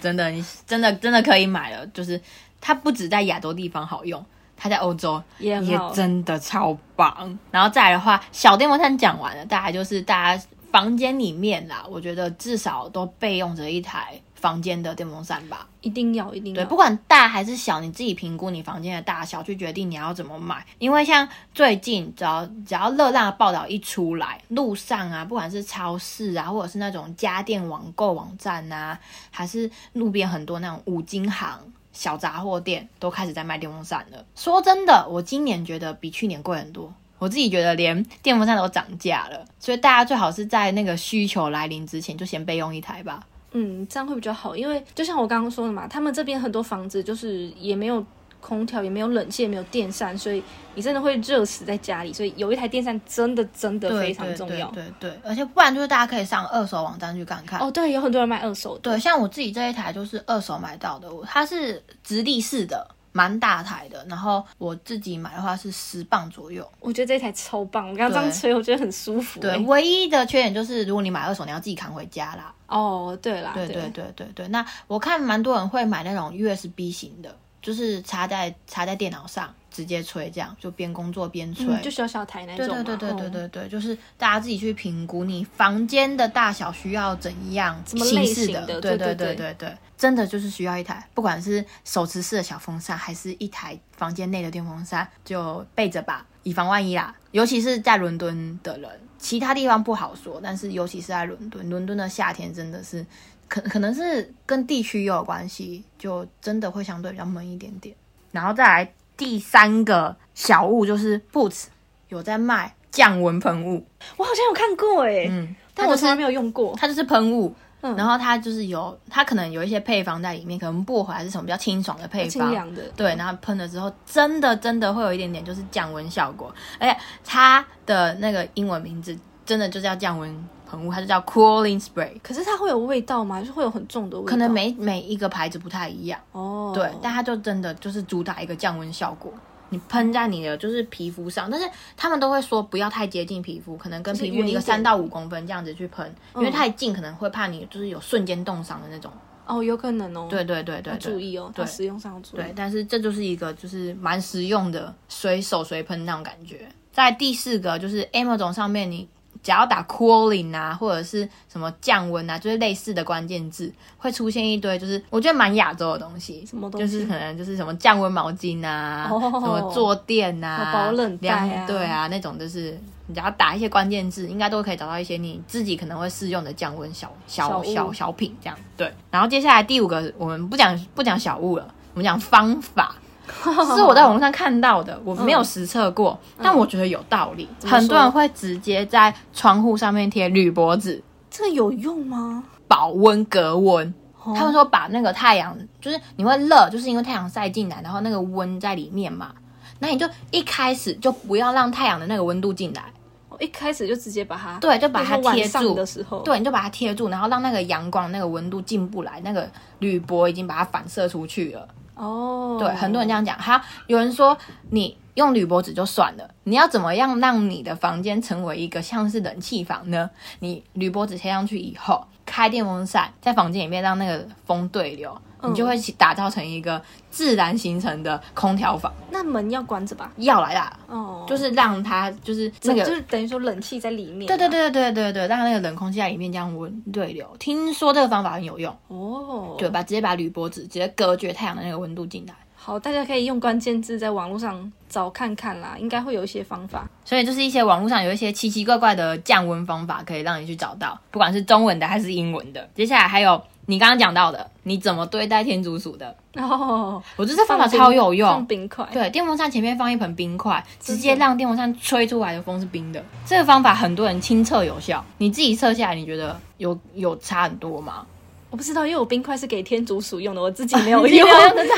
S1: 真的，你真的真的可以买了，就是它不止在亚洲地方好用，它在欧洲
S2: 也很
S1: 也
S2: 好
S1: 真的超棒。然后再来的话，小电风扇讲完了，大概就是大家房间里面啦，我觉得至少都备用着一台房间的电风扇吧。
S2: 一定要一定
S1: 对，
S2: 要。
S1: 不管大还是小，你自己评估你房间的大小，去决定你要怎么买。因为像最近，只要只要热浪的报道一出来，路上啊，不管是超市啊，或者是那种家电网购网站啊，还是路边很多那种五金行。小杂货店都开始在卖电风扇了。说真的，我今年觉得比去年贵很多。我自己觉得连电风扇都涨价了，所以大家最好是在那个需求来临之前就先备用一台吧。
S2: 嗯，这样会比较好，因为就像我刚刚说的嘛，他们这边很多房子就是也没有空调，也没有冷气，也没有电扇，所以你真的会热死在家里。所以有一台电扇真的真的
S1: 对
S2: 非常重要。
S1: 对对对对，而且不然就是大家可以上二手网站去看看。
S2: 哦，对，有很多人卖二手的。
S1: 对，像我自己这一台就是二手买到的，我它是直立式的，蛮大台的。然后我自己买的话是十磅左右。
S2: 我觉得这台超棒，我刚刚这样
S1: 对
S2: 吹，我觉得很舒服、
S1: 对，
S2: 欸
S1: 唯一的缺点就是如果你买二手，你要自己扛回家啦。
S2: 哦，对啦，
S1: 对对对对对。那我看蛮多人会买那种 USB 型的，就是插在插在电脑上直接吹，这样就边工作边吹。
S2: 嗯，就小小台那
S1: 对
S2: 种
S1: 对
S2: 嘛。
S1: 对对对
S2: 哦
S1: 对对，就是大家自己去评估你房间的大小需要怎样
S2: 么
S1: 形
S2: 类
S1: 式
S2: 型的
S1: 对
S2: 对
S1: 对
S2: 对
S1: 对对对，真的就是需要一台，不管是手持式的小风扇，还是一台房间内的电风扇，就备着吧，以防万一啦。尤其是在伦敦的人，其他地方不好说，但是尤其是在伦敦，伦敦的夏天真的是。可可能是跟地区也有关系，就真的会相对比较闷一点点。然后再来第三个小物就是 Boots 有在卖降温喷雾，
S2: 我好像有看过哎、
S1: 嗯，
S2: 嗯但
S1: 它
S2: 我
S1: 就是
S2: 从来没有用过。
S1: 它就是喷雾，
S2: 嗯
S1: 然后它就是有它可能有一些配方在里面，可能薄荷还是什么比较清爽的配
S2: 清
S1: 方，
S2: 凉的，
S1: 对，然后喷了之后，真的真的会有一点点就是降温效果，而且它的那个英文名字真的就叫降温喷雾，它就叫 cooling spray，
S2: 可是它会有味道吗？就是会有很重的味道？
S1: 可能每每一个牌子不太一样。
S2: 哦，
S1: 对，但它就真的就是主打一个降温效果。你喷在你的就是皮肤上，但是他们都会说不要太接近皮肤，可能跟皮肤离个
S2: 就是远
S1: 三
S2: 一点嗯
S1: 到五公分这样子去喷，因为太近可能会怕你就是有瞬间冻伤的那种。
S2: 哦，有可能哦，
S1: 对对对对
S2: 要注
S1: 对。
S2: 意哦，它使用上要注意。
S1: 对，但是这就是一个就是蛮实用的，随手随喷那种感觉。在第四个就是 Amazon 上面，你只要打 cooling 啊，或者是什么降温啊，就是类似的关键字，会出现一堆就是我觉得蛮亚洲的东西，
S2: 什么东
S1: 就
S2: 西
S1: 是可能就是什么降温毛巾啊，
S2: 哦
S1: 什么坐垫啊，
S2: 保冷带啊
S1: 凉对啊，那种就是你只要打一些关键字，应该都可以找到一些你自己可能会适用的降温小
S2: 小
S1: 小
S2: 物嗯
S1: 小小品这样。对，然后接下来第五个，我们不讲不讲小物了，我们讲方 法。这是我在网络上看到的，我没有实测过，
S2: 嗯
S1: 但我觉得有道理。
S2: 么说
S1: 很多人会直接在窗户上面贴铝箔纸，
S2: 这个有用吗？
S1: 保温隔温。
S2: 哦
S1: 他们说把那个太阳，就是你会热，就是因为太阳晒进来，然后那个温在里面嘛。那你就一开始就不要让太阳的那个温度进来，
S2: 我一开始就直接把它，
S1: 对，就把它
S2: 就是晚
S1: 贴
S2: 上
S1: 住
S2: 的。时候，，
S1: 对，你就把它贴住，然后让那个阳光那个温度进不来，那个铝箔已经把它反射出去了。
S2: 哦，
S1: 对，很多人这样讲。还有人说，你用铝箔纸就算了，你要怎么样让你的房间成为一个像是冷气房呢？你铝箔纸贴上去以后，开电风扇在房间里面让那个风对流，你就会
S2: 嗯
S1: 起打造成一个自然形成的空调房。
S2: 那门要关着吧？
S1: 要来啦，
S2: 哦，
S1: 就是是让它就是那个
S2: 就是等于说冷气在里面，
S1: 对
S2: 啊
S1: 对，对对对对，让那个冷空气在里面这样温对流。听说这个方法很有用，
S2: 哦，
S1: 对，把直接把铝箔纸直接隔绝太阳的那个温度进来。
S2: 好，大家可以用关键字在网络上找看看啦，应该会有一些方法。
S1: 所以就是一些网络上有一些奇奇怪怪的降温方法，可以让你去找到，不管是中文的还是英文的。接下来还有你刚刚讲到的，你怎么对待天竺鼠的？
S2: 哦，
S1: 我觉得这方法
S2: 放冰
S1: 超有用
S2: 放。冰块，
S1: 对，电风扇前面放一盆冰块，直接
S2: 真的
S1: 让电风扇吹出来的风是冰的。这个方法很多人亲测有效，你自己测下来，你觉得有有差很多吗？
S2: 我不知道，因为我冰块是给天竺鼠用的，我自己 没有
S1: 你
S2: 用。
S1: 没有得到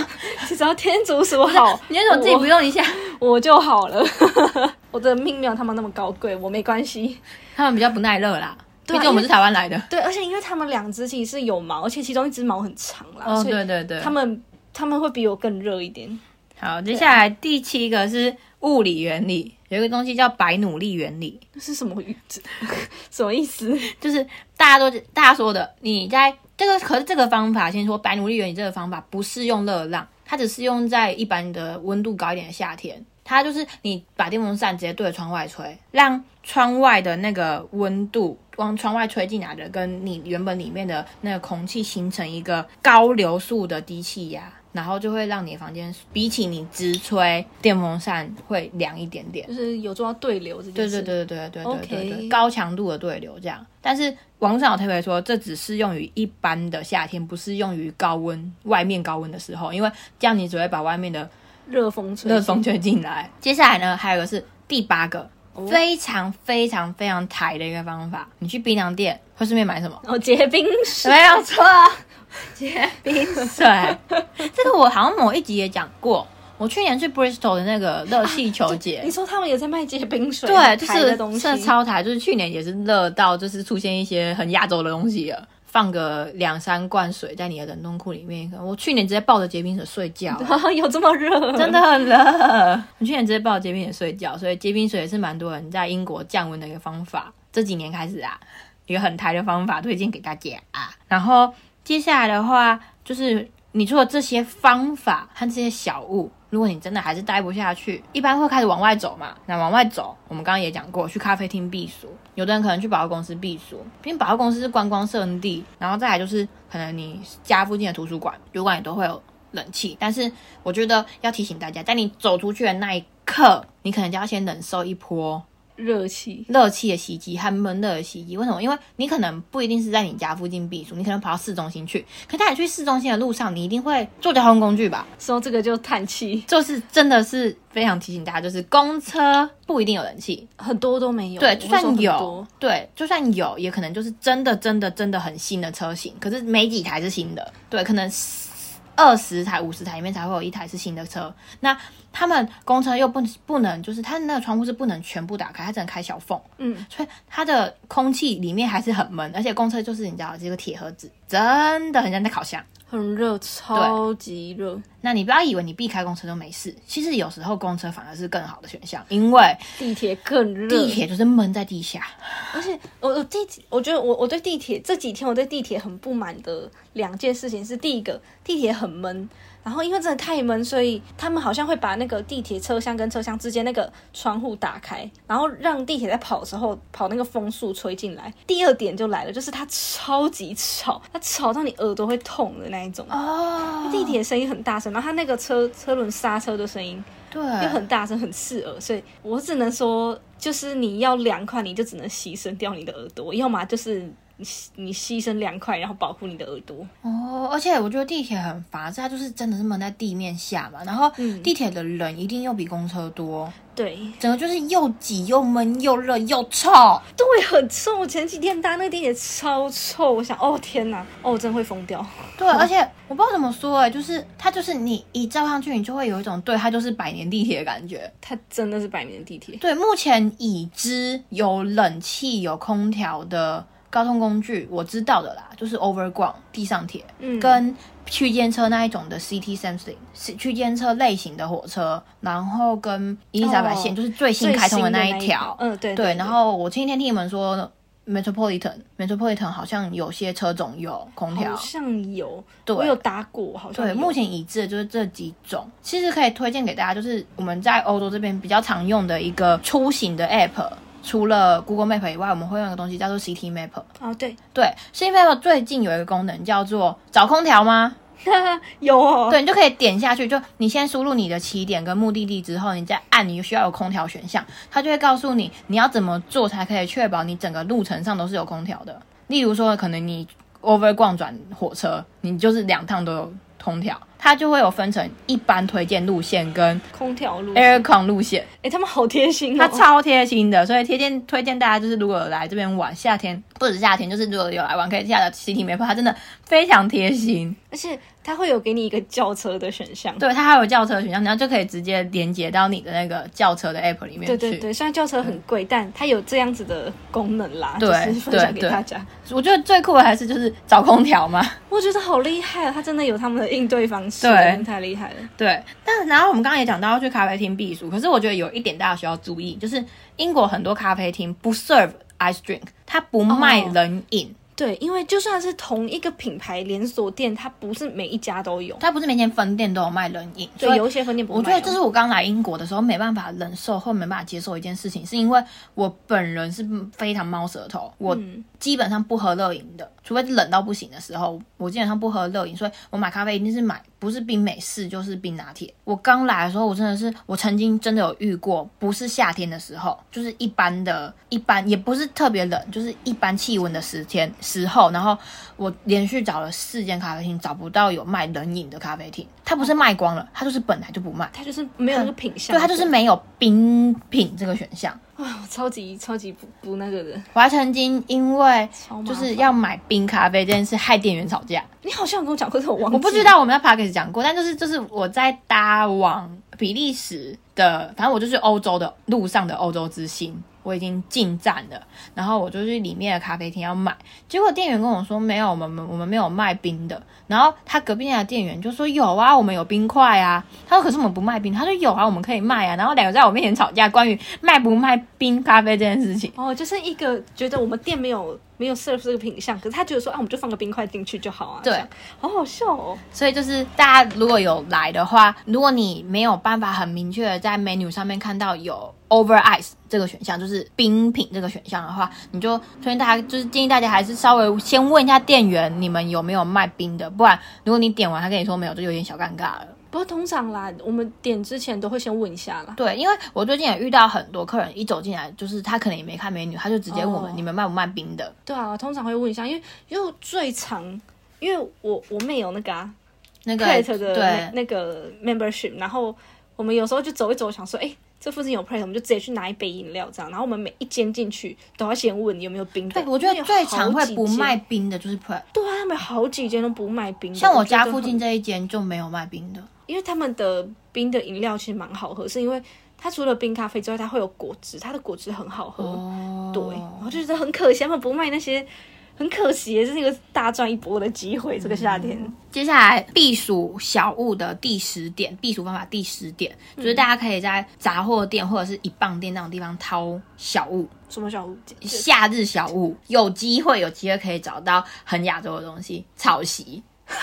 S2: 只要天竺鼠好，
S1: 你为什么自己不用一下？
S2: 我就好了。 我的命没有他们那么高贵，我没关系。
S1: 他们比较不耐热啦，
S2: 对
S1: 毕
S2: 啊
S1: 竟我们是台湾来的。
S2: 对，而且因为他们两只其实是有毛，而且其中一只毛很长啦，
S1: 哦，
S2: 所以
S1: 对对对，
S2: 他们他们会比我更热一点。
S1: 好，接下来第七个是物理原理，有一个东西叫白努力原理，
S2: 那是什么语？ 什么意思？
S1: 就是大家都大家说的，你在这个可是这个方法，先说白努力原理这个方法不适用热浪，它只适用在一般的温度高一点的夏天。它就是你把电风扇直接对着窗外吹，让窗外的那个温度往窗外吹进来的，跟你原本里面的那个空气形成一个高流速的低气压，然后就会让你的房间比起你直吹电风扇会凉一点点。
S2: 就是有做到对流这件
S1: 对
S2: 事。
S1: 对对对对对对对对
S2: OK
S1: 高强度的对流这样。但是网络上有特别说，这只适用于一般的夏天，不适用于高温外面高温的时候，因为这样你只会把外面的
S2: 对，热风吹，
S1: 热风吹进来。 接下来呢，还有一个是第八个。
S2: 哦
S1: 非常非常非常抬的一个方法，你去槟榔店会顺便买什么？
S2: 哦，结冰水，
S1: 没有错，
S2: 结冰水。
S1: 对，这个我好像某一集也讲过。我去年去 Bristol 的那个热气球节、
S2: 你说他们也在卖结冰水，
S1: 对，就
S2: 台的东
S1: 是
S2: 西
S1: 这， 超台，就是去年也是热到就是出现一些很亚洲的东西了。放个两三罐水在你的冷冻库里面，我去年直接抱着结冰水睡觉，
S2: 哦有这么热？
S1: 真的很热。我去年直接抱着结冰水睡觉，所以结冰水也是蛮多人在英国降温的一个方法。这几年开始啊，一个很台的方法推荐给大家啊。然后接下来的话，就是你做这些方法和这些小物，如果你真的还是待不下去，一般会开始往外走嘛。那往外走，我们刚刚也讲过，去咖啡厅避暑，有的人可能去百货公司避暑，因为百货公司是观光胜地。然后再来就是，可能你家附近的图书馆、旅馆也都会有冷气，但是我觉得要提醒大家，在你走出去的那一刻，你可能就要先忍受一波
S2: 热气，
S1: 热气的袭击和闷热的袭击。为什么？因为你可能不一定是在你家附近避暑，你可能跑到市中心去。可在你去市中心的路上，你一定会坐交通工具吧？
S2: 说这个就叹气，
S1: 就是真的是非常提醒大家，就是公车不一定有人气，
S2: 很多都没有。
S1: 对，
S2: 我会
S1: 就
S2: 说
S1: 算
S2: 很
S1: 有
S2: 多，
S1: 对，就算有，也可能就是真的真的真的很新的车型，可是没几台是新的，对，可能二十台、五十台里面才会有一台是新的车。那他们公车又不不能，就是它那个窗户是不能全部打开，它只能开小缝，
S2: 嗯，
S1: 所以它的空气里面还是很闷，而且公车就是你知道，这个铁盒子，真的很像在烤箱。
S2: 很热，超级热，
S1: 那你不要以为你避开公车就没事，其实有时候公车反而是更好的选项，因为
S2: 地铁更热。
S1: 地铁就是闷在地下。
S2: 而且我我地铁，我觉得我我对地铁这几天我对地铁很不满的两件事情是，第一个地铁很闷，然后因为真的太闷，所以他们好像会把那个地铁车厢跟车厢之间那个窗户打开，然后让地铁在跑的时候跑那个风速吹进来。第二点就来了，就是它超级吵，它吵到你耳朵会痛的那一种。
S1: 哦
S2: 地铁声音很大声，然后它那个车车轮刹车的声音
S1: 对，
S2: 又很大声，很刺耳，所以我只能说，就是你要凉快，你就只能牺牲掉你的耳朵，要么就是你牺你牺牲凉快，然后保护你的耳朵。
S1: 哦，而且我觉得地铁很烦，是它就是真的是闷在地面下嘛，然后
S2: 嗯
S1: 地铁的人一定又比公车多，
S2: 对，
S1: 整个就是又挤又闷又热又臭。
S2: 对，很臭。我前几天搭那个地铁超臭，我想，哦天哪，哦我真的会疯掉。
S1: 对，而且我不知道怎么说哎、就是它就是你一照上去，你就会有一种对它就是百年地铁的感觉。
S2: 它真的是百年地铁，
S1: 对，目前已知有冷气、有空调的交通工具，我知道的啦，就是 Overground 地上铁，
S2: 嗯
S1: 跟区间车那一种的 CT something 是区间车类型的火车，然后跟伊丽莎白线、
S2: 哦
S1: 就是最新
S2: 最
S1: 开通
S2: 新
S1: 的
S2: 的
S1: 那
S2: 一
S1: 条。
S2: 嗯对
S1: 对，然后我前几天听你们说 Metropolitan Metropolitan 好像有些车种有空调
S2: 好，像有，
S1: 对
S2: 我有搭过，好像
S1: 对，
S2: 有
S1: 目前已知的就是这几种，其实可以推荐给大家，就是我们在欧洲这边比较常用的一个出行的 app。除了 Google Map 以外，我们会用一个东西叫做 City Map。
S2: 哦对，
S1: 对，City Map 最近有一个功能叫做找空调吗？
S2: 有哦，
S1: 对，你就可以点下去，就你先输入你的起点跟目的地之后，你再按你需要有空调选项，它就会告诉你你要怎么做才可以确保你整个路程上都是有空调的。例如说，可能你 over 逛转火车，你就是两趟都有空调，它就会有分成一般推荐路线跟
S2: 空调路，哎、
S1: aircon 路线，
S2: 他们好贴心哦，
S1: 它超贴心的，所以推荐推荐大家就是如果有来这边玩，夏天不只是夏天，就是如果有来玩可以下载 City Map，它真的非常贴心。
S2: 而且它会有给你一个轿车的选 项。
S1: 对，它还有轿车选项，然后就可以直接连接到你的那个轿车的 app 里面去。
S2: 对对对，虽然轿车很贵，但它有这样子的功能啦，
S1: 对
S2: 就是分享给
S1: 对对
S2: 大家。
S1: 我觉得最酷的还是就是找空调 嘛。
S2: 我觉得好厉害啊，它真的有他们的应对方式，
S1: 对
S2: 真的太厉害了。
S1: 对，但然后我们刚刚也讲到要去咖啡厅避暑，可是我觉得有一点大家需要注意，就是英国很多咖啡厅不 serve ice drink，它不卖
S2: 哦
S1: 冷饮，
S2: 对，因为就算是同一个品牌连锁店，它不是每一家都有。
S1: 它不是每间分店都有卖冷饮，所
S2: 对，
S1: 以
S2: 有一些分店不卖
S1: 我
S2: 哦。
S1: 觉得这是我刚来英国的时候没办法忍受或没办法接受一件事情，是因为我本人是非常猫舌头，我
S2: 嗯
S1: 基本上不喝热饮的，除非是冷到不行的时候，我基本上不喝热饮，所以我买咖啡一定是买不是冰美式就是冰拿铁。我刚来的时候，我真的是我曾经真的有遇过，不是夏天的时候，就是一般的，一般也不是特别冷，就是一般气温的时间时候，然后我连续找了四间咖啡厅，找不到有卖冷饮的咖啡厅，它不是卖光了，它就是本来就不卖。
S2: 它就是没有那个品相，
S1: 对，它就是没有冰品这个选项。
S2: 哇，超级超级不不那个的，
S1: 我还曾经因为
S2: 超麻
S1: 就
S2: 烦
S1: 是要买冰咖啡这件事害店员吵架。
S2: 你好像有跟我讲过，但我忘记，
S1: 我不知，道我们在 p a r k e 讲过，但就是就是我在搭往比利时的，反正我就是欧洲的路上的欧洲之星，我已经进站了，然后我就去里面的咖啡厅要买，结果店员跟我说没有，我们我们没有卖冰的，然后他隔壁那家店员就说有啊，我们有冰块啊，他说可是我们不卖冰，他说有啊，我们可以卖啊，然后两个在我面前吵架关于卖不卖冰咖啡这件事情。
S2: 哦，就是一个觉得我们店没有没有 serve 这个品相，可是他觉得说啊，我们就放个冰块进去就好啊，
S1: 对
S2: 这样，好好笑哦。
S1: 所以就是大家如果有来的话，如果你没有办法很明确的在 menu 上面看到有 over ice 这个选项，就是冰品这个选项的话，你就推荐大家，就是建议大家还是稍微先问一下店员，你们有没有卖冰的，不然如果你点完他跟你说没有，就有点小尴尬了。
S2: 不过通常啦，我们点之前都会先问一下啦。
S1: 对，因为我最近也遇到很多客人一走进来，就是他可能也没看 menu，他就直接问我们、
S2: 哦
S1: 你们卖不卖冰的，
S2: 对啊，通常会问一下，因为因为最常，因为我我妹有那个啊
S1: 那个
S2: Plate 的那
S1: 对。
S2: 那个 membership，然后我们有时候就走一走，想说哎。这附近有 Plate，我们就直接去拿一杯饮料这样。然后我们每一间进去都要先问有没有冰的。
S1: 对，我觉
S2: 因
S1: 得
S2: 为
S1: 最
S2: 有好
S1: 常会
S2: 几
S1: 不
S2: 间
S1: 卖。冰的就是 prep，
S2: 对啊，他们有好几间都不卖冰的。
S1: 像我
S2: 觉得
S1: 家附
S2: 很
S1: 近这一间就没有卖冰的。
S2: 因为他们的冰的饮料其实蛮好喝，是因为它除了冰咖啡之外，它会有果汁，它的果汁很好喝。
S1: 哦
S2: 对，我就觉得很可惜，他们不卖那些很可惜耶，这是一个大赚一波的机会，这个夏天。
S1: 接下来避暑小物的第十点，避暑方法第十点，就是大家可以在杂货店或者是一磅店那种地方掏小物，
S2: 什么小物件？
S1: 夏日小物，有机会有机会可以找到很亚洲的东西，草席。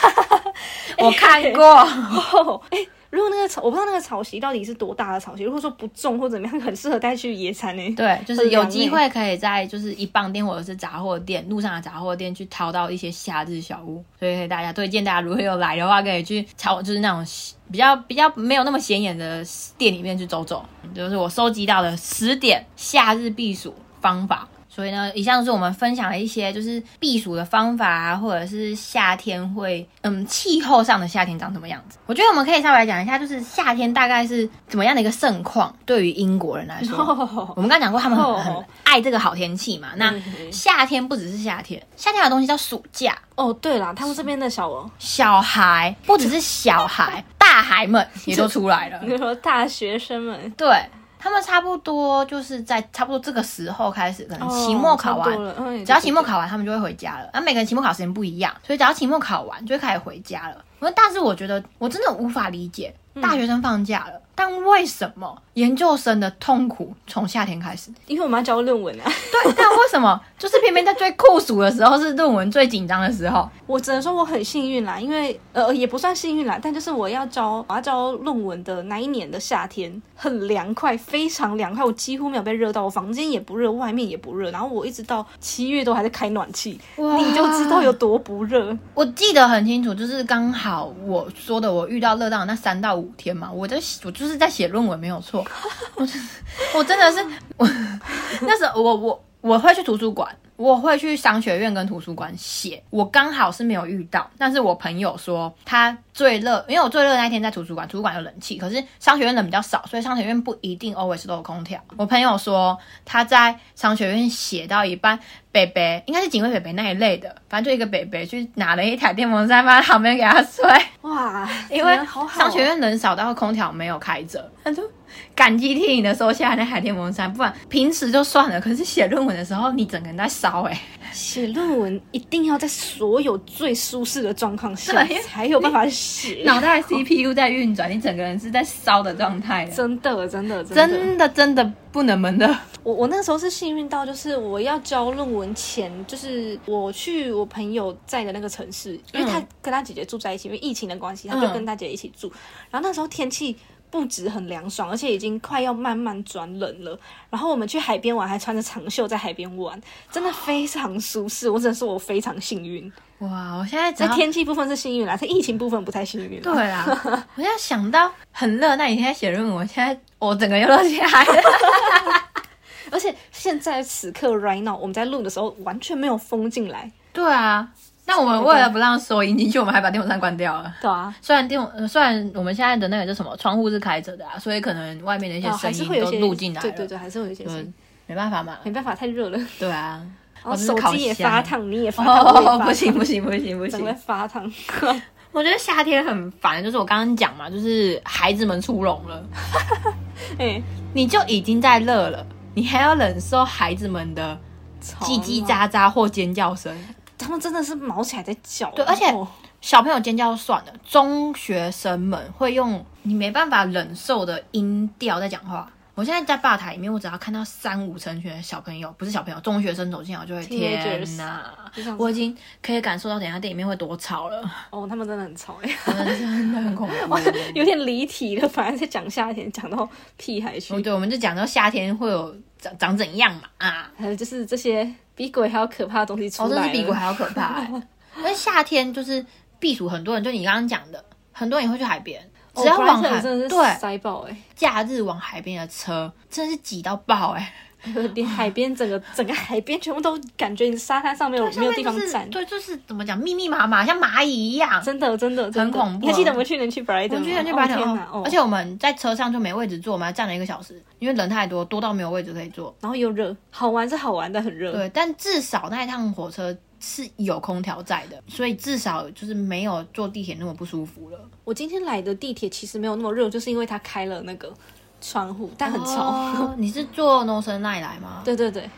S1: 我看过，
S2: 哦，哎、如果那个草，我不知道那个草席到底是多大的草席。如果说不重或怎么样，很适合带去野餐呢、
S1: 对，就
S2: 很
S1: 是有
S2: 凉
S1: 机
S2: 欸
S1: 会可以在就是一磅店或者是杂货店路上的杂货店去淘到一些夏日小物，所以大家推荐大家如果有来的话，可以去淘就是那种比较比较没有那么显眼的店里面去走走。就是我收集到的十点夏日避暑方法。所以呢，以上是我们分享的一些就是避暑的方法啊，或者是夏天会，嗯，气候上的夏天长什么样子？我觉得我们可以稍微来讲一下，就是夏天大概是怎么样的一个盛况，对于英国人来说。
S2: 哦
S1: 我们刚刚讲过，他们很
S2: 哦嗯
S1: 很爱这个好天气嘛。那夏天不只是夏天，夏天的东西叫暑假。
S2: 哦，对啦，他们这边的小 哦，
S1: 小孩不只是小 孩，大孩们也都出来了
S2: 比。如说大学生们，
S1: 对他们差不多就是在差不多这个时候开始，可能嗯期末考
S2: 哦差
S1: 完
S2: 不多，了嗯
S1: 只要期末考完，他们就会回家了。那、啊每个人期末考时间不一样，所以只要期末考完就会开始回家了。我但是我觉得我真的无法理解，
S2: 嗯
S1: 大学生放假了，但为什么研究生的痛苦从夏天开始？
S2: 因为我们要交论文啊，
S1: 对，但为什么就是偏偏在最酷暑的时候是论文最紧张的时候？
S2: 我只能说我很幸运啦，因为呃也不算幸运啦，但就是我要交我要交论文的那一年的夏天很凉快，非常凉快，我几乎没有被热到，我房间也不热，外面也不热，然后我一直到七月都还在开暖气，
S1: 哇
S2: 你就知道有多不热。
S1: 我记得很清楚，就是刚好我说的，我遇到热浪那三到五天嘛，我在我就是在写论文，没有错。我真的是我 那时候我我我会去图书馆，我会去商学院跟图书馆写。我刚好是没有遇到，但是我朋友说他最热，因为我最热的那一天在图书馆，图书馆有冷气，可是商学院人比较少，所以商学院不一定 always 都有空调。我朋友说他在商学院写到一半。北北应该是警卫北北那一类的，反正就一个北北去拿了一台电风扇放在旁边给他吹，
S2: 哇，
S1: 因为
S2: 你们好好哦
S1: 商学院人少到空调没有开着，他就感激涕零的收下那台电风扇，不然平时就算了，可是写论文的时候你整个人在烧 哎、
S2: 写论文一定要在所有最舒适的状况下
S1: 对
S2: 才有办法写，
S1: 脑袋 CPU 在运转，你整个人是在烧的状态啊的，
S2: 真的真的真的。
S1: 真的真的不能闷的。
S2: 我我那时候是幸运到，就是我要交论文前，就是我去我朋友在的那个城市，因为他跟他姐姐住在一起，因为疫情的关系，他就
S1: 嗯
S2: 跟他姐姐一起住。然后那时候天气不止很凉爽，而且已经快要慢慢转冷了。然后我们去海边玩，还穿着长袖在海边玩，真的非常舒适。我只能说我非常幸运，
S1: 哇，我现在在
S2: 在
S1: 天。
S2: 天气部分是幸运啦，在疫情部分不太幸运啦。
S1: 啊 对啊，我现在想到很热，那你现在写论文，我现在我整个又热起来了。
S2: 而且现在此刻 right now，我们在录的时候完全没有风进来，
S1: 对啊，那我们为了不让收音进去，我们还把电风扇关掉了。
S2: 对啊，
S1: 虽然电呃虽然我们现在的那个叫什么窗户是开着的啊，所以可能外面的一些
S2: 哦还
S1: 声
S2: 是
S1: 音
S2: 会有
S1: 都
S2: 一些
S1: 录进来了。
S2: 对对对，还是会有一些声音。
S1: 嗯，没办法嘛。
S2: 没办法，太热了。
S1: 对 啊，
S2: 然后
S1: 这是
S2: 手
S1: 烤
S2: 机也
S1: 箱
S2: 发烫，你也 发烫，我也
S1: 哦，
S2: 发
S1: 不
S2: 烫，
S1: 行不行不行不
S2: 整个
S1: 行！
S2: 发烫。
S1: 我觉得夏天很烦，就是我刚刚讲嘛，就是孩子们出笼 了，
S2: 哎，
S1: 你就已经在热了，你还要忍受孩子们的叽叽
S2: 吵啊，
S1: 喳喳或尖叫声。
S2: 他们真的是毛起来在叫。
S1: 对而且
S2: 哦
S1: 小朋友尖叫算了，中学生们会用你没办法忍受的音调在讲话。我现在在吧台里面，我只要看到三五成群的小朋友，不是小朋友，中学生走进来，我就会
S2: Teenagers
S1: 天哪
S2: 就这！样子
S1: 我已经可以感受到，等一下店里面会多吵了，
S2: 哦，他们真的很吵哎，
S1: 真的真的很 恐怖。
S2: 有点离题了。反而在讲夏天，讲到屁孩去
S1: 哦，，对，我们就讲到夏天会有长长怎样嘛啊，
S2: 还有就是这些比鬼还要可怕的东西出
S1: 哦，
S2: 来
S1: 真
S2: 了。
S1: 是比鬼还要可怕、欸。但是夏天就是避暑，很多人就你刚刚讲的，很多人也会去海边，
S2: 哦，
S1: 只要往
S2: Brighton
S1: 海、
S2: 真的
S1: 对
S2: 是塞爆哎，
S1: 假日往海边的车真的是挤到爆哎、
S2: 连海边整个整个海边全部都感觉你沙滩上没有没有地方
S1: 就是
S2: 站，
S1: 对，就是怎么讲，密密麻麻，像蚂蚁一样。
S2: 真的真的真的
S1: 恐怖
S2: 你还记得
S1: 啊
S2: 我们去年去 Brighton？
S1: 我们去
S2: 吗
S1: 去
S2: 哦
S1: 白
S2: 天
S1: 天
S2: 哪哦
S1: 而且我们在车上就没位置坐，我们还站了一个小时，因为人太多，多到没有位置可以坐。
S2: 然后又热，好玩是好玩，但很热。
S1: 对，但至少那一趟火车是有空调在的，所以至少就是没有坐地铁那么不舒服了。
S2: 我今天来的地铁其实没有那么热，就是因为它开了那个窗户，但很吵。
S1: 哦你是坐 Northern Line 来吗？，
S2: 对对对，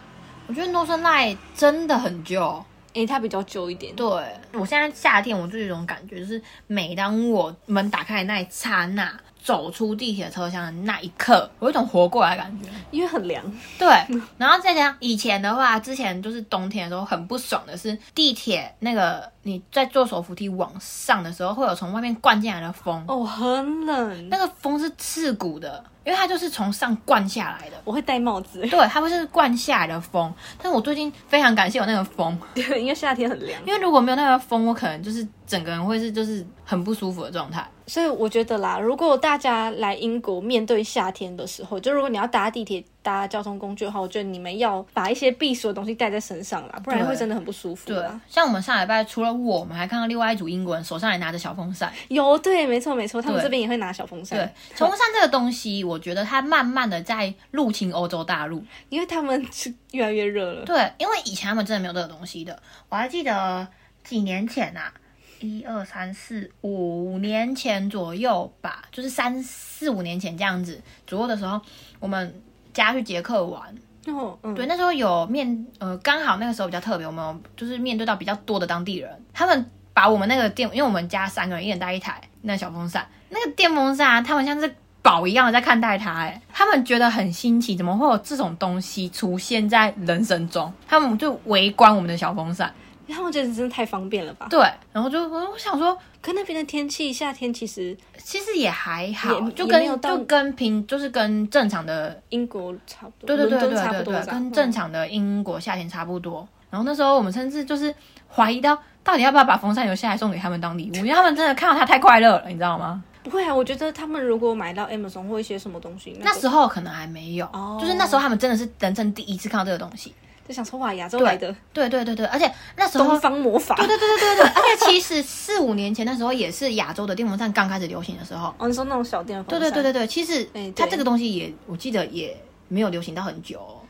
S1: 我觉得 Northern Line 真的很旧，
S2: 诶、它比较久一点。
S1: 对，我现在夏天我就有一种感觉，就是每当我门打开的那一刹那，走出地铁车厢的那一刻，我有一种活过来的感觉。
S2: 因为很凉。
S1: 对，然后再讲以前的话，之前就是冬天的时候很不爽的是地铁那个你在坐手扶梯往上的时候，会有从外面灌进来的风，
S2: 哦，很冷
S1: 那。个风是刺骨的，因为它就是从上灌下来的。
S2: 我会戴帽子，
S1: 对，它会是灌下来的风，但是我最近非常感谢有那个风，
S2: 对，因为夏天很凉。
S1: 因为如果没有那个风，我可能就是整个人会是就是很不舒服的状态。
S2: 所以我觉得啦，如果大家来英国面对夏天的时候，就如果你要搭地铁、搭交通工具的话，我觉得你们要把一些避暑的东西带在身上啦，不然
S1: 对
S2: 会真的很不舒服
S1: 对
S2: 啦。，
S1: 像我们上礼拜除了我们，还看到另外一组英国人手上还拿着小风扇。
S2: 有，对，没错没错，他们
S1: 对
S2: 这边也会拿小风
S1: 对
S2: 扇，，
S1: 小风扇这个东西，我觉得它慢慢的在入侵欧洲大陆。
S2: 因为他们是越来越热了。
S1: 对，因为以前他们真的没有这个东西的。我还记得几年前啊，一二三四五年前左右吧，就是三四五年前这样子左右的时候，我们家去捷克玩。
S2: 哦，嗯，
S1: 对，那时候有面呃，刚好那个时候比较特别，我们有就是面对到比较多的当地人，他们把我们那个电，因为我们家三个人，一人带一台那小风扇，那个电风扇、啊，他们像是宝一样的在看待它，哎，他们觉得很新奇，怎么会有这种东西出现在人生中？他们就围观我们的小风
S2: 啊
S1: 扇，
S2: 他们觉得真的太方便了吧？
S1: 对，然后就我想说，
S2: 可那边的天气，夏天其实
S1: 其实也还好，
S2: 也
S1: 就
S2: 也没有
S1: 跟
S2: 到
S1: 就跟平就是跟正常的
S2: 英国差不
S1: 对
S2: 多，
S1: 对对
S2: 伦
S1: 对
S2: 敦差
S1: 对
S2: 不多
S1: 对，
S2: 吧
S1: 跟
S2: 嗯
S1: 正常的英国夏天差不多。然后那时候我们甚至就是怀疑到，到底要不要把风扇留下来送给他们当礼物，因为他们真的看到它太快乐了，你知道吗？
S2: 不会啊，我觉得他们如果买到 Amazon 或一些什么东西，
S1: 那
S2: 个
S1: 时候可能还没有
S2: 哦，
S1: 就是那时候他们真的是人生第一次看到这个东西。
S2: 就想说哇，亚洲来的
S1: 对对对对，而且那时候
S2: 东方魔法。
S1: 对对对对对， 而且其实四五年前那时候也是亚洲的电风扇刚开始流行的时候。
S2: 哦，你说那种小电风
S1: 对
S2: 扇？
S1: 对对对对，其实
S2: 哎对
S1: 它这个东西也，我记得也没有流行到很久哦，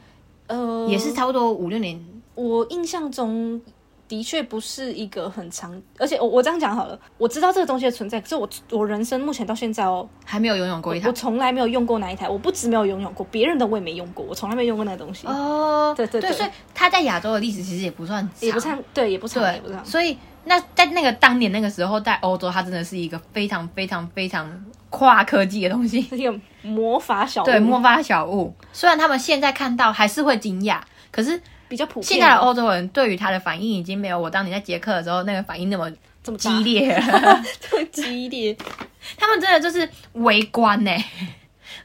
S2: 呃，
S1: 也是差不多五六年。
S2: 我印象中的确不是一个很长，而且我我这样讲好了，我知道这个东西的存在，可是我我人生目前到现在哦，
S1: 还没有游泳过一
S2: 我
S1: 趟
S2: 从来没有用过哪一台，我不止没有拥有过，别人的我也没用过，我从来没有用过那个东西，
S1: 哦，
S2: 对对对
S1: 所以它在亚洲的历史其实也不算长，
S2: 也不算对，也不算，也
S1: 对
S2: 不算，。
S1: 所以那在那个当年那个时候，在欧洲，它真的是一个非常非常非常跨科技的东西，
S2: 这个魔法小
S1: 对，
S2: 屋
S1: 魔法小物。虽然他们现在看到还是会惊讶，可是
S2: 比较普遍，
S1: 现在的欧洲人对于它的反应已经没有我当年在捷克的时候那个反应那么
S2: 这么
S1: 激
S2: 大，
S1: 烈了，
S2: 对激烈，
S1: 他们真的就是围观呢、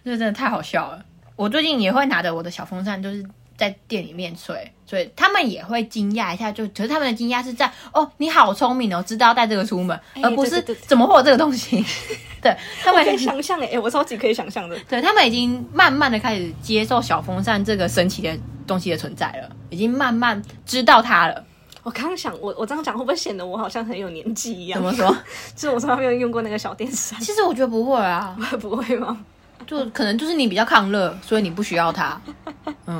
S1: 这真的太好笑了。我最近也会拿着我的小风扇，就是在店里面吹，所以他们也会惊讶一下，就可是他们的惊讶是在哦，你好聪明哦，知道带这个出门，
S2: 哎
S1: 而不是
S2: 对对对
S1: 怎么会有这个东西。 对他
S2: 我可以
S1: 们，
S2: 想 象哎、欸我超级可以想象的。
S1: 对他们已经慢慢的开始接受小风扇这个神奇的东西的存在了，已经慢慢知道它了。
S2: 我刚刚想，我我这样讲会不会显得我好像很有年纪一
S1: 怎？
S2: 样
S1: 么说？
S2: 就是我从来没有用过那个小电 扇，
S1: 其实我觉得不会啊，
S2: 不会吗？
S1: 就可能就是你比较抗热，所以你不需要 它。嗯，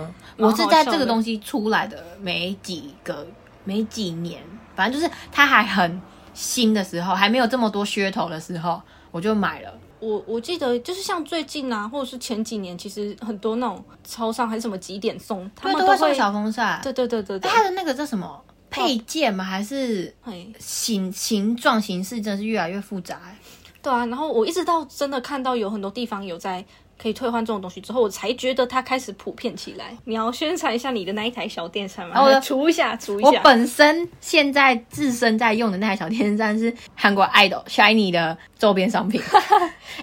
S1: 我
S2: 蛮好
S1: 是
S2: 笑的
S1: 在这个东西出来的没几个没几年，反正就是它还很新的时候，还没有这么多噱头的时候，我就买了。
S2: 我我记得就是像最近啊，或者是前几年，其实很多那种超商还是什么几点送，他
S1: 对，
S2: 们
S1: 都
S2: 会
S1: 会送小风扇。
S2: 对哦对对对对
S1: 哎，，它的那个叫什么配件吗？还是
S2: 哎，
S1: 形形状形式真的是越来越复杂、哎
S2: 对啊。然后我一直到真的看到有很多地方有在可以退换这种东西之后，我才觉得它开始普遍起来。你要宣传一下你的那一台小电扇吗？
S1: 啊我的
S2: 来除一下，除一
S1: 我
S2: 下。
S1: 本身现在自身在用的那台小电扇是韩国 idol Shiny 的周边商 品。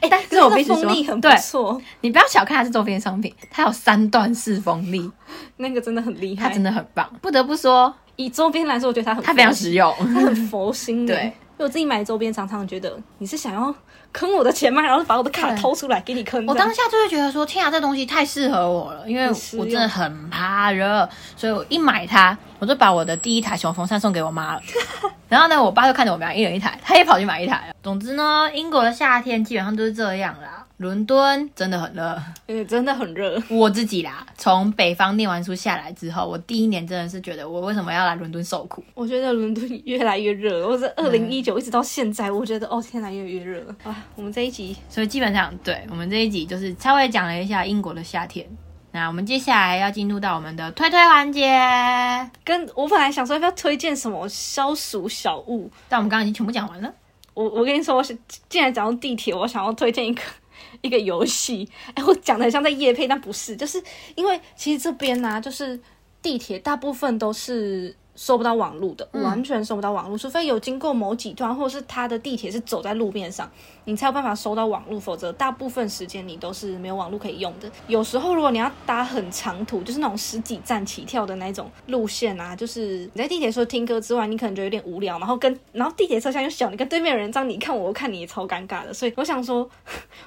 S1: 哎、但
S2: 这
S1: 是我
S2: 个
S1: 必须说，
S2: 风力很不
S1: 对，
S2: 错，
S1: 你不要小看它是周边商品，它有三段式风力，
S2: 那个真的很厉
S1: 它
S2: 害
S1: 真。的很棒。不得不说，
S2: 以周边来说，我觉得它很
S1: 它非常
S2: 佛心
S1: 实用。
S2: 它很佛心的。
S1: 对
S2: 因为我自己买周边，常常觉得你是想要坑我的钱吗？然后把我的卡
S1: 对
S2: 偷出来给你坑。
S1: 我
S2: 这样
S1: 当下就会觉得说，天啊，这东西太适合我了，因为
S2: 很实用
S1: 我真的很怕热，所以我一买它，我就把我的第一台小风扇送给我妈 了。然后呢，我爸就看着我们俩一人一台，他也跑去买一台了。总之呢，英国的夏天基本上都是这样啦。伦敦真的很热，
S2: 呃，真的很热。
S1: 我自己啦，从北方念完书下来之后，我第一年真的是觉得我为什么要来伦敦受苦？
S2: 我觉得伦敦越来越热了，我在二零一九一直到现在，我觉得哦天哪，越来越热了啊！我们这一集
S1: 所以基本上，对我们这一集就是稍微讲了一下英国的夏天。那我们接下来要进入到我们的推推环节，
S2: 跟我本来想说要不要推荐什么消暑小物，
S1: 但我们刚刚已经全部讲完了。
S2: 我我跟你说，我是既然讲到地铁，我想要推荐一个 一个游戏。哎，我讲的很像在夜配，但不是，就是因为其实这边呢、就是地铁大部分都是收不到网络的，完全收不到网络，除非有经过某几段，或者是它的地铁是走在路面上，你才有办法收到网络，否则大部分时间你都是没有网络可以用的。有时候如果你要搭很长途，就是那种十几站起跳的那种路线啊，就是你在地铁除了听歌之外，你可能觉得有点无聊，然后跟然后地铁车厢又小，你跟对面的人这样你看我，我看你也超尴尬的。所以我想说，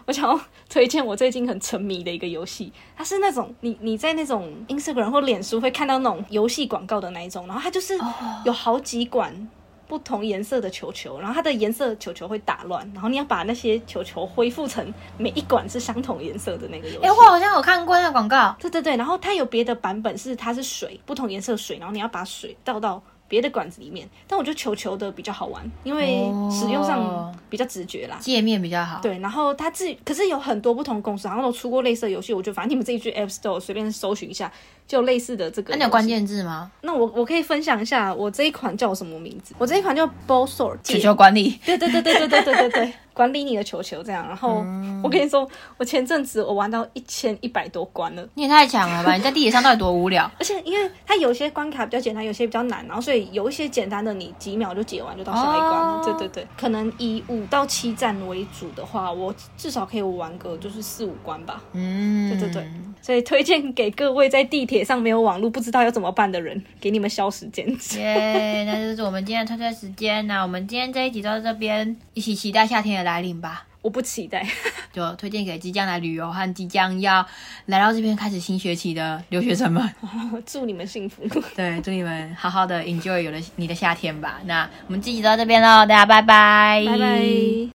S2: 我想要 推荐我最近很沉迷的一个游戏，它是那种你你在那种 Instagram 或脸书会看到那种游戏广告的那一种，然后它就是
S1: 哦
S2: 有好几管不同颜色的球球，然后它的颜色球球会打乱，然后你要把那些球球恢复成每一管是相同颜色的那个游戏。
S1: 哎、我好像有看过那个广告，
S2: 对对对，然后它有别的版本是它是水，不同颜色的水，然后你要把水倒到别的管子里面。但我觉得球球的比较好玩，因为
S1: 哦
S2: 使用上比较直觉啦。
S1: 界面比较好。，
S2: 对，然后它自可是有很多不同公司，然后都出过类似的游戏，我觉得反正你们自己去 App Store 随便搜寻一下，就有类似的这个。
S1: 啊那你有关？键字吗？
S2: 那我我可以分享一下我这一款叫什么名字？我这一款叫 Ball Sword，
S1: 全球管理。
S2: 对对对对对对对对对，管理你的球球这样。然后、
S1: 嗯
S2: 我跟你说，我前阵子我玩到一千一百多关了。
S1: 你也太强了吧！你在地铁上到底多无 聊？
S2: 而且因为它有些关卡比较简单，有些比较难，然后所以有一些简单的你几秒就解完就到下一关了。
S1: 哦
S2: 对对对，可能以五到七站为主的话，我至少可以玩个就是四五关吧。
S1: 嗯，
S2: 对对对，所以推荐给各位在地铁上没有网络不知道要怎么办的人，给你们消时间。
S1: 耶那就是我们今天的推推时间。那我们今天这一集就到这边，一起期待夏天的来临吧。
S2: 我不期待，
S1: 就推荐给即将来旅游和即将要来到这边开始新学期的留学生们。
S2: 祝你们幸福，
S1: 对，祝你们好好的 enjoy 有的你的夏天吧。那我们这集就到这边喽，大家拜拜，
S2: 拜拜。